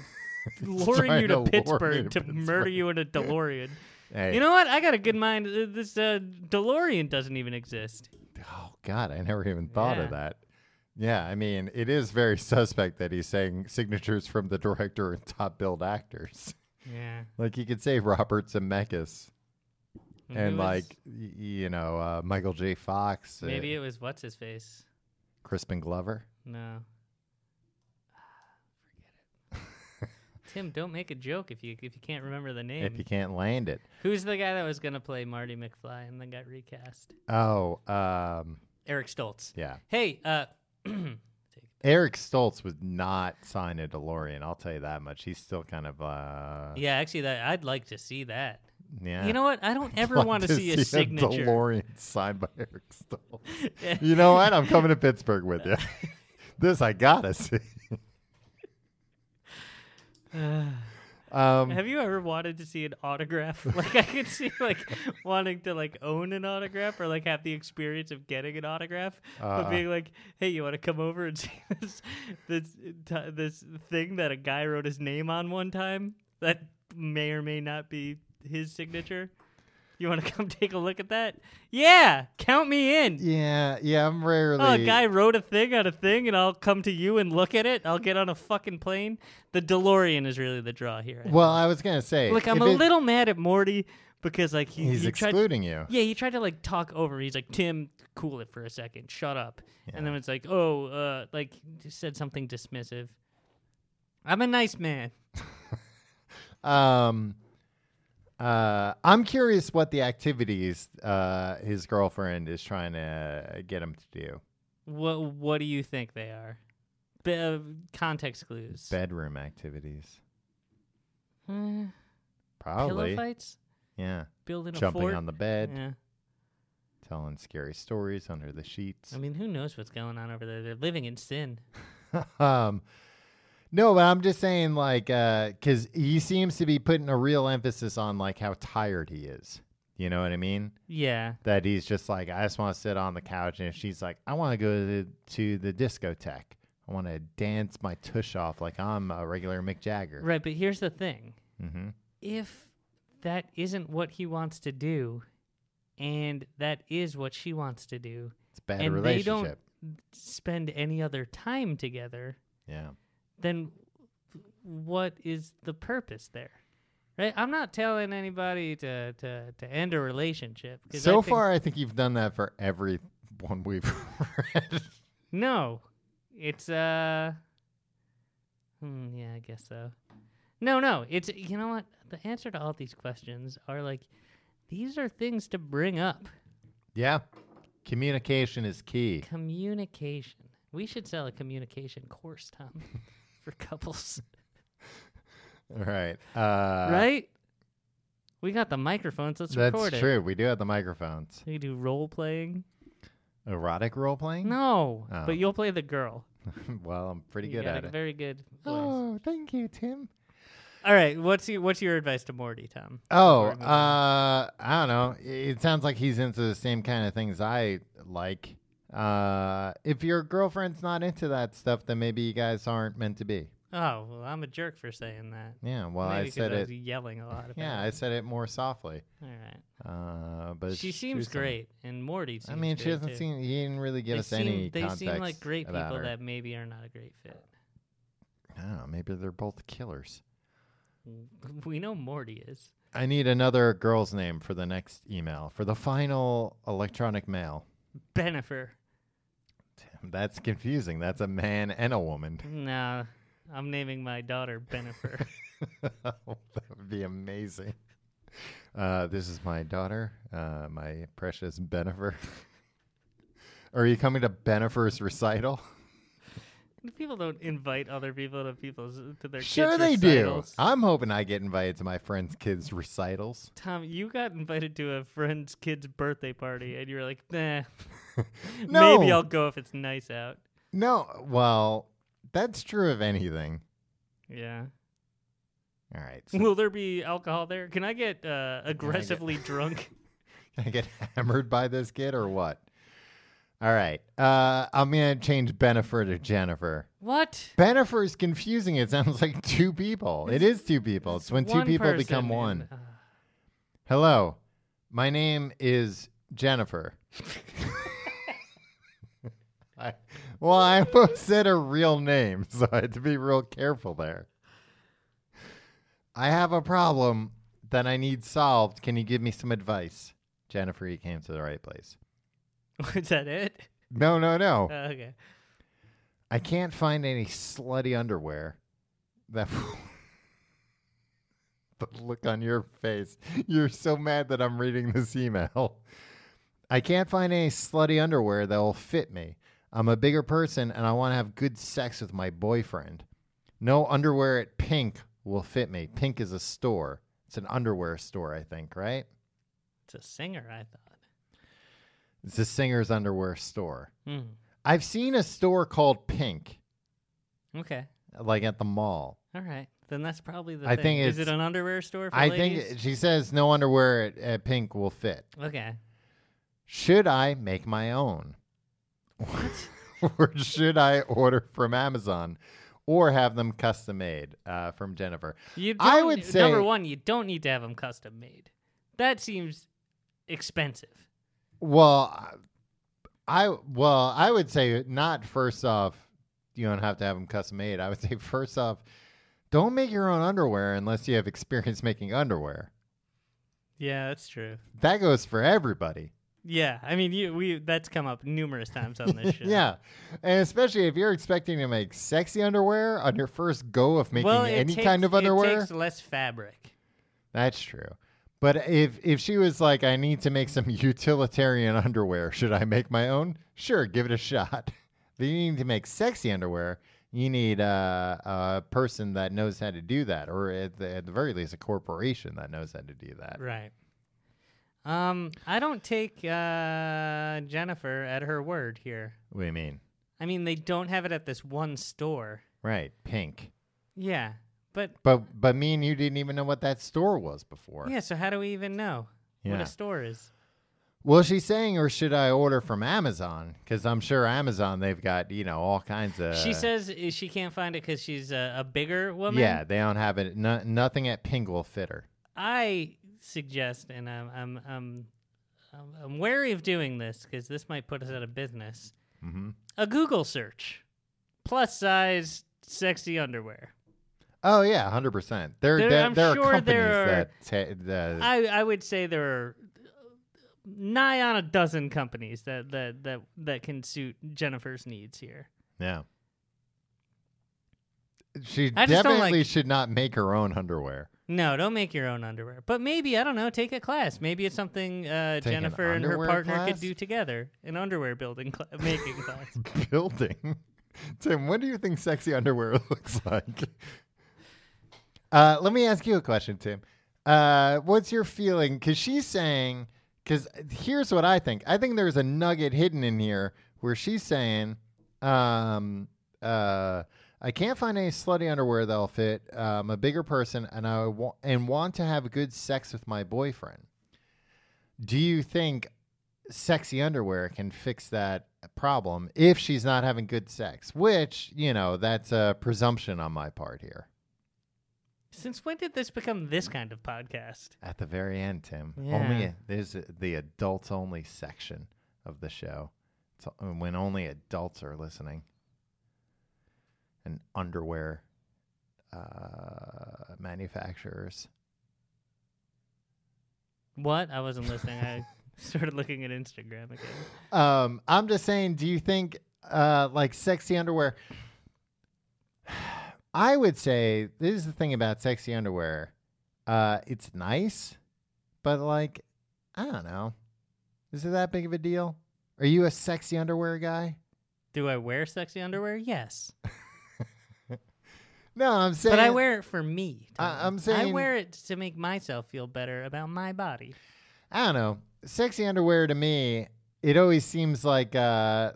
Speaker 3: luring
Speaker 2: trying
Speaker 3: you
Speaker 2: to
Speaker 3: to,
Speaker 2: lure me
Speaker 3: Pittsburgh
Speaker 2: to
Speaker 3: to murder
Speaker 2: Pittsburgh.
Speaker 3: you in a DeLorean.
Speaker 2: Hey.
Speaker 3: You know what? I got a good mind. Uh, This uh, DeLorean doesn't even exist.
Speaker 2: Oh God, I never even thought
Speaker 3: Yeah.
Speaker 2: of that. Yeah, I mean, it is very suspect that he's saying signatures from the director and top billed actors.
Speaker 3: Yeah,
Speaker 2: like you could say Robert Zemeckis
Speaker 3: Maybe it
Speaker 2: and
Speaker 3: was-
Speaker 2: like y- you know uh, Michael J. Fox, uh,
Speaker 3: maybe it was what's his face.
Speaker 2: Crispin Glover.
Speaker 3: No. Forget it. Tim, don't make a joke if you if you can't remember the name.
Speaker 2: If you can't land it,
Speaker 3: Who's the guy that was gonna play Marty McFly and then got recast?
Speaker 2: oh um,
Speaker 3: Eric Stoltz.
Speaker 2: yeah,
Speaker 3: Hey, uh
Speaker 2: Eric Stoltz was not signed a DeLorean. I'll tell you that much. He's still kind of uh,
Speaker 3: yeah, actually that I'd like to see that.
Speaker 2: yeah.
Speaker 3: You know what? I don't ever
Speaker 2: like
Speaker 3: want to see a signature.
Speaker 2: DeLorean signed by Eric Stoll. you know what? I'm coming to Pittsburgh with you. this I gotta see. um,
Speaker 3: Uh,
Speaker 2: Mm-hmm.
Speaker 3: Have you ever wanted to see an autograph? Like I could see like wanting to like own an autograph or like have the experience of getting an autograph, but
Speaker 2: Uh-uh.
Speaker 3: being like, "Hey, you want to come over and see this this t- this thing that a guy wrote his name on one time that may or may not be his signature? You want to come take a look at that? Yeah, count me in.
Speaker 2: yeah, yeah. I'm rarely.
Speaker 3: Oh, a guy wrote a thing on a thing, and I'll come to you and look at it. I'll get on a fucking plane. The DeLorean is really the draw here. I think.
Speaker 2: Well, I was gonna say.
Speaker 3: Look, I'm
Speaker 2: if
Speaker 3: a
Speaker 2: it-
Speaker 3: little mad at Morty because like he,
Speaker 2: He's
Speaker 3: he tried,
Speaker 2: excluding you.
Speaker 3: yeah, he tried to like talk over. me. He's like, Tim, cool it for a second, shut up. And then it's like, oh, uh, like he said something dismissive. I'm a nice man.
Speaker 2: Um, Uh, I'm curious what the activities uh, his girlfriend is trying to get him to do.
Speaker 3: What What do you think they are? Be- uh, context clues.
Speaker 2: Bedroom activities,
Speaker 3: Hmm, pillow
Speaker 2: probably.
Speaker 3: fights.
Speaker 2: Yeah,
Speaker 3: Building a
Speaker 2: jumping
Speaker 3: fort.
Speaker 2: on the bed,
Speaker 3: Yeah.
Speaker 2: telling scary stories under the sheets.
Speaker 3: I mean, who knows what's going on over there? They're living in sin.
Speaker 2: um, no, but I'm just saying, like, because he seems to be putting a real emphasis on like how tired he is. You know what I mean?
Speaker 3: Yeah.
Speaker 2: That he's just like, I just want to sit on the couch, and if she's like, I want to go to the, to the discotheque. I want to dance my tush off like I'm a regular Mick Jagger.
Speaker 3: Right, but here's the thing.
Speaker 2: Mm-hmm.
Speaker 3: If that isn't what he wants to do and that is what she wants to do,
Speaker 2: It's a bad
Speaker 3: and they
Speaker 2: relationship.
Speaker 3: don't spend any other time together,
Speaker 2: Yeah.
Speaker 3: then what is the purpose there? Right? I'm not telling anybody to to, to end a relationship. 'cause I
Speaker 2: So
Speaker 3: think-
Speaker 2: far, I think you've done that for every one we've read.
Speaker 3: No, it's uh, hmm, yeah, I guess so. No, no, it's you know what the answer to all these questions are like these are things to bring up.
Speaker 2: yeah. Communication is key.
Speaker 3: Communication. We should sell a communication course, Tom, for couples,
Speaker 2: All right. Uh,
Speaker 3: right? We got the microphones. Let's
Speaker 2: That's
Speaker 3: record it.
Speaker 2: true. We do have the microphones.
Speaker 3: We do role playing.
Speaker 2: Erotic role playing?
Speaker 3: No,
Speaker 2: Oh.
Speaker 3: but you'll play the girl.
Speaker 2: well, I'm pretty
Speaker 3: You
Speaker 2: good
Speaker 3: got
Speaker 2: at
Speaker 3: a
Speaker 2: it.
Speaker 3: Very good. voice.
Speaker 2: Oh, thank you, Tim.
Speaker 3: All right. What's your, what's your advice to Morty, Tom?
Speaker 2: Oh,
Speaker 3: Before we move on.
Speaker 2: uh, I don't know. It sounds like he's into the same kind of things I like. Uh, if your girlfriend's not into that stuff, then maybe you guys aren't meant to be.
Speaker 3: Oh well, I'm a jerk for saying that.
Speaker 2: Yeah. Well,
Speaker 3: Maybe
Speaker 2: I
Speaker 3: 'cause
Speaker 2: said
Speaker 3: was
Speaker 2: it.
Speaker 3: yelling a lot. About
Speaker 2: Yeah, I
Speaker 3: it.
Speaker 2: said it more softly.
Speaker 3: all right.
Speaker 2: Uh, but
Speaker 3: She
Speaker 2: was
Speaker 3: seems
Speaker 2: saying-
Speaker 3: great, and Morty. Seems
Speaker 2: I mean, she
Speaker 3: great,
Speaker 2: doesn't
Speaker 3: too.
Speaker 2: seem. He didn't really give
Speaker 3: they
Speaker 2: us
Speaker 3: seem,
Speaker 2: any.
Speaker 3: They seem like
Speaker 2: context
Speaker 3: great
Speaker 2: about
Speaker 3: people
Speaker 2: her.
Speaker 3: that maybe are not a great fit.
Speaker 2: I don't know, maybe they're both killers.
Speaker 3: We know Morty is.
Speaker 2: I need another girl's name for the next email for the final electronic mail.
Speaker 3: Benifer.
Speaker 2: Damn, That's confusing. That's a man and a woman.
Speaker 3: Nah, I'm naming my daughter Benifer.
Speaker 2: that would be amazing. Uh, this is my daughter, uh, my precious Benifer. Are you coming to Benifer's recital?
Speaker 3: people don't invite other people to people's to their
Speaker 2: Sure,
Speaker 3: kids'
Speaker 2: they
Speaker 3: recitals.
Speaker 2: do. I'm hoping I get invited to my friends' kids' recitals.
Speaker 3: Tom, you got invited to a friend's kid's birthday party, and you were like, "Nah,
Speaker 2: No.
Speaker 3: maybe I'll go if it's nice out."
Speaker 2: No, well, that's true of anything.
Speaker 3: Yeah.
Speaker 2: All right. So
Speaker 3: Will there be alcohol there? Can I get uh, aggressively drunk?
Speaker 2: Can I get hammered by this kid or what? All right. Uh, I'm going to change Benifer to Jennifer.
Speaker 3: What?
Speaker 2: Benifer is confusing. It sounds like two people. It is two people. It's when two
Speaker 3: One
Speaker 2: people
Speaker 3: person
Speaker 2: become
Speaker 3: and-
Speaker 2: one.
Speaker 3: uh,
Speaker 2: Hello, my name is Jennifer. I, well, I almost said her real name, so I had to be real careful there. I have a problem that I need solved. Can you give me some advice? Jennifer, you came to the right place.
Speaker 3: is that it?
Speaker 2: No, no, no.
Speaker 3: Uh, okay.
Speaker 2: I can't find any slutty underwear. That the look on your face. You're so mad that I'm reading this email. I can't find any slutty underwear that will fit me. I'm a bigger person and I want to have good sex with my boyfriend. No underwear at Pink will fit me. Pink is a store. It's an underwear store, I think, right?
Speaker 3: It's a singer, I thought.
Speaker 2: It's a singer's underwear store.
Speaker 3: Hmm.
Speaker 2: I've seen a store called Pink,
Speaker 3: Okay.
Speaker 2: like at the mall.
Speaker 3: All right. Then that's probably the
Speaker 2: I
Speaker 3: thing.
Speaker 2: think
Speaker 3: is it
Speaker 2: it's-
Speaker 3: an underwear store for
Speaker 2: I
Speaker 3: ladies?
Speaker 2: think she says no underwear at, at Pink will fit.
Speaker 3: Okay.
Speaker 2: Should I make my own? or should I order from Amazon or have them custom made uh, from Jennifer?
Speaker 3: You
Speaker 2: I
Speaker 3: don't-
Speaker 2: would say-
Speaker 3: number one, you don't need to have them custom made. That seems expensive.
Speaker 2: Well, I well, I would say not first off, you don't have to have them custom made. I would say first off, don't make your own underwear unless you have experience making underwear.
Speaker 3: Yeah, that's true.
Speaker 2: That goes for everybody.
Speaker 3: Yeah, I mean, you we that's come up numerous times on this show.
Speaker 2: Yeah. And especially if you're expecting to make sexy underwear on your first go of making
Speaker 3: well, it
Speaker 2: any
Speaker 3: takes-
Speaker 2: kind of
Speaker 3: it
Speaker 2: underwear.
Speaker 3: takes less fabric.
Speaker 2: That's true. But if if she was like, I need to make some utilitarian underwear, should I make my own? Sure, give it a shot. But you need to make sexy underwear. You need uh, a person that knows how to do that, or at the, at the very least, a corporation that knows how to do that.
Speaker 3: Right. Um, I don't take uh, Jennifer at her word here.
Speaker 2: What do you mean?
Speaker 3: I mean, they don't have it at this one store.
Speaker 2: Right, pink.
Speaker 3: Yeah, but
Speaker 2: But but me and you didn't even know what that store was before.
Speaker 3: yeah. So how do we even know what
Speaker 2: Yeah.
Speaker 3: a store is?
Speaker 2: Well, she's saying, or should I order from Amazon? Because I'm sure Amazon they've got you know all kinds of.
Speaker 3: she "Oh, says i- she can't find it because she's a, a bigger woman.
Speaker 2: Yeah, they don't have it. No, nothing at Ping will fit her.
Speaker 3: I suggest, and I'm I'm I'm, I'm, I'm wary of doing this because this might put us out of business.
Speaker 2: hmm
Speaker 3: A Google search, plus size sexy underwear.
Speaker 2: Oh yeah, hundred percent. There,
Speaker 3: There-
Speaker 2: there,
Speaker 3: I'm
Speaker 2: there are
Speaker 3: sure
Speaker 2: companies
Speaker 3: there are-
Speaker 2: that. Ta- that
Speaker 3: I I would say there are nigh on a dozen companies that that that that can suit Jennifer's needs here.
Speaker 2: yeah. She
Speaker 3: I just don't
Speaker 2: definitely
Speaker 3: like-
Speaker 2: should not make her own underwear.
Speaker 3: No, don't make your own underwear. But maybe I don't know. Take a class. Maybe it's something uh,
Speaker 2: Take an
Speaker 3: Jennifer and her
Speaker 2: underwear
Speaker 3: partner could
Speaker 2: class?
Speaker 3: do together. An underwear building cla making class.
Speaker 2: Building. Tim, what do you think sexy underwear looks like? Uh, let me ask you a question, Tim. Uh, what's your feeling? Because she's saying, because here's what I think. I think there's a nugget hidden in here where she's saying, um, uh, I can't find any slutty underwear that'll fit. Uh, I'm a bigger person, and I wa- and want to have good sex with my boyfriend. Do you think sexy underwear can fix that problem if she's not having good sex? Which you know, that's a presumption on my part here.
Speaker 3: Since when did this become this kind of podcast?
Speaker 2: At the very end, Tim.
Speaker 3: Yeah.
Speaker 2: Only there's the adults only section of the show. It's when only adults are listening. And underwear uh, manufacturers.
Speaker 3: What? I wasn't listening. I started looking at Instagram again.
Speaker 2: Um, I'm just saying, do you think uh, like sexy underwear? I would say this is the thing about sexy underwear. Uh, it's nice, but like, I don't know. Is it that big of a deal? Are you a sexy underwear guy?
Speaker 3: Do I wear sexy underwear? Yes.
Speaker 2: No, I'm saying.
Speaker 3: but I wear it for me.
Speaker 2: I-
Speaker 3: Tom.
Speaker 2: I'm saying-
Speaker 3: I wear it to make myself feel better about my body.
Speaker 2: I don't know. Sexy underwear to me, it always seems like. Uh,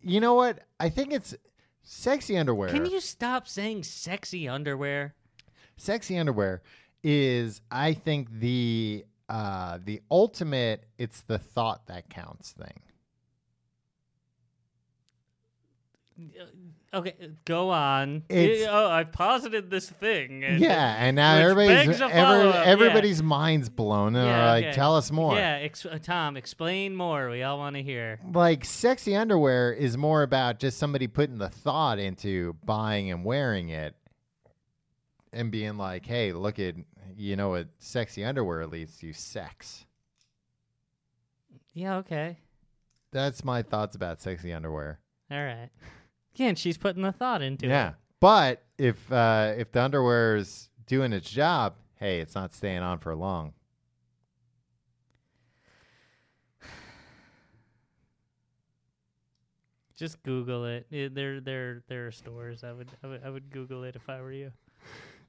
Speaker 2: you know what? I think it's sexy underwear.
Speaker 3: Can you stop saying sexy underwear?
Speaker 2: sexy underwear is i think the uh the ultimate it's the thought that counts thing
Speaker 3: Okay, go on.
Speaker 2: It's-
Speaker 3: Eh, oh, I posited this thing. and-
Speaker 2: yeah and now
Speaker 3: which
Speaker 2: everybody's
Speaker 3: begs a
Speaker 2: every-
Speaker 3: follow-up, yeah.
Speaker 2: everybody's mind's blown and
Speaker 3: Yeah,
Speaker 2: are like
Speaker 3: okay.
Speaker 2: tell us more
Speaker 3: Yeah, ex- uh, Tom, explain more. We all want to hear.
Speaker 2: like sexy underwear is more about just somebody putting the thought into buying and wearing it and being like hey look at you know what sexy underwear leads to sex
Speaker 3: Yeah, okay.
Speaker 2: that's my thoughts about sexy underwear
Speaker 3: All right. Again, she's putting the thought into
Speaker 2: yeah.
Speaker 3: it.
Speaker 2: But if uh, if the underwear is doing its job, hey, it's not staying on for long.
Speaker 3: Just Google it. Eh, There, there, there are stores. I would, I would, I would Google it if I were you.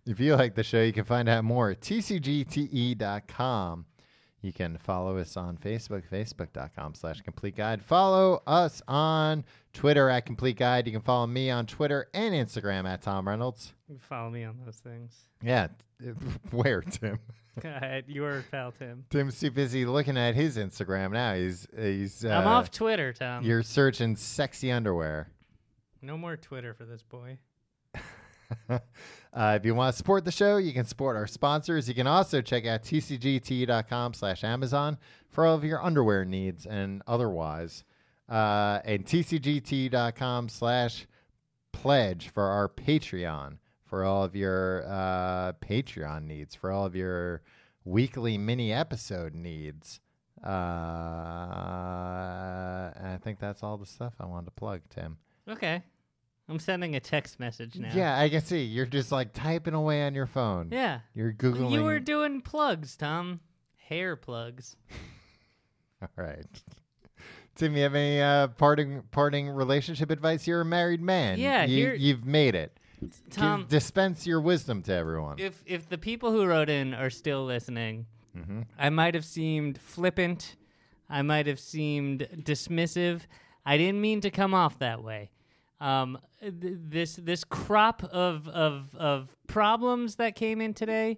Speaker 2: If you like the show, you can find out more at tcgte.com. E You can follow us on Facebook, facebook.com slash complete guide. Follow us on Twitter at complete guide. You can follow me on Twitter and Instagram at Tom Reynolds.
Speaker 3: You Follow me on those things.
Speaker 2: Yeah. Where, Tim?
Speaker 3: At your pal Tim.
Speaker 2: Tim's too busy looking at his Instagram now. He's he's uh,
Speaker 3: I'm off Twitter, Tom.
Speaker 2: you're searching sexy underwear.
Speaker 3: No more Twitter for this boy.
Speaker 2: uh, if you want to support the show, you can support our sponsors. You can also check out tcgt.com slash Amazon for all of your underwear needs and otherwise. Uh, and tcgt.com slash pledge for our Patreon for all of your uh, Patreon needs, for all of your weekly mini episode needs. Uh, and I think that's all the stuff I wanted to plug, Tim.
Speaker 3: Okay. I'm sending a text message now.
Speaker 2: Yeah, I can see. You're just like typing away on your phone.
Speaker 3: Yeah.
Speaker 2: You're Googling.
Speaker 3: You were doing plugs, Tom. hair plugs.
Speaker 2: All right. Tim, you have any uh, parting parting relationship advice? You're a married man.
Speaker 3: Yeah,
Speaker 2: you,
Speaker 3: here-
Speaker 2: you've made it. Give-
Speaker 3: Tom,
Speaker 2: dispense your wisdom to everyone.
Speaker 3: if if the people who wrote in are still listening, I might have seemed flippant. I might have seemed dismissive. I didn't mean to come off that way. Um, th- this this crop of of of problems that came in today,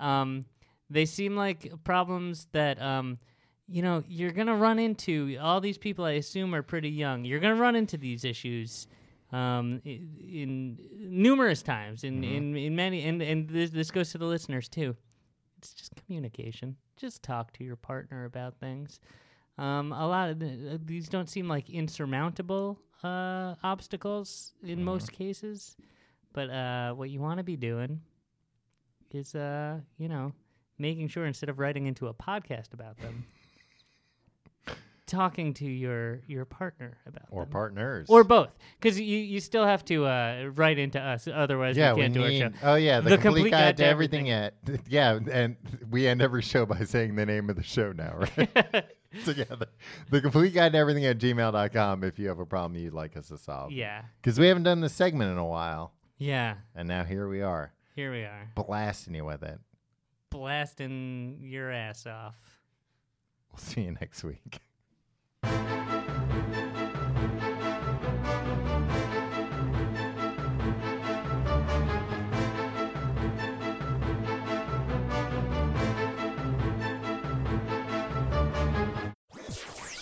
Speaker 3: um, they seem like problems that um, you know you're gonna run into. All these people, I assume, are pretty young. You're gonna run into these issues um, i- in numerous times, in, in, in many, and, and this, this goes to the listeners too. It's just communication. Just talk to your partner about things. Um, a lot of the, these don't seem like insurmountable uh, obstacles in most cases, but uh, what you want to be doing is, uh, you know, making sure instead of writing into a podcast about them, talking to your your partner about
Speaker 2: or
Speaker 3: them
Speaker 2: partners.
Speaker 3: or both because you, you still have to uh, write into us otherwise
Speaker 2: yeah,
Speaker 3: we
Speaker 2: we
Speaker 3: can't do
Speaker 2: need.
Speaker 3: our show
Speaker 2: Oh yeah, the,
Speaker 3: The
Speaker 2: complete,
Speaker 3: complete
Speaker 2: guide to everything. At yeah, and we end every show by saying the name of the show now, right? so yeah, the, the complete guide to everything at gmail.com if you have a problem you'd like us to solve.
Speaker 3: yeah
Speaker 2: because we haven't done this segment in a while,
Speaker 3: yeah
Speaker 2: and now here we are
Speaker 3: here we are
Speaker 2: blasting you with it.
Speaker 3: blasting your ass off
Speaker 2: We'll see you next week.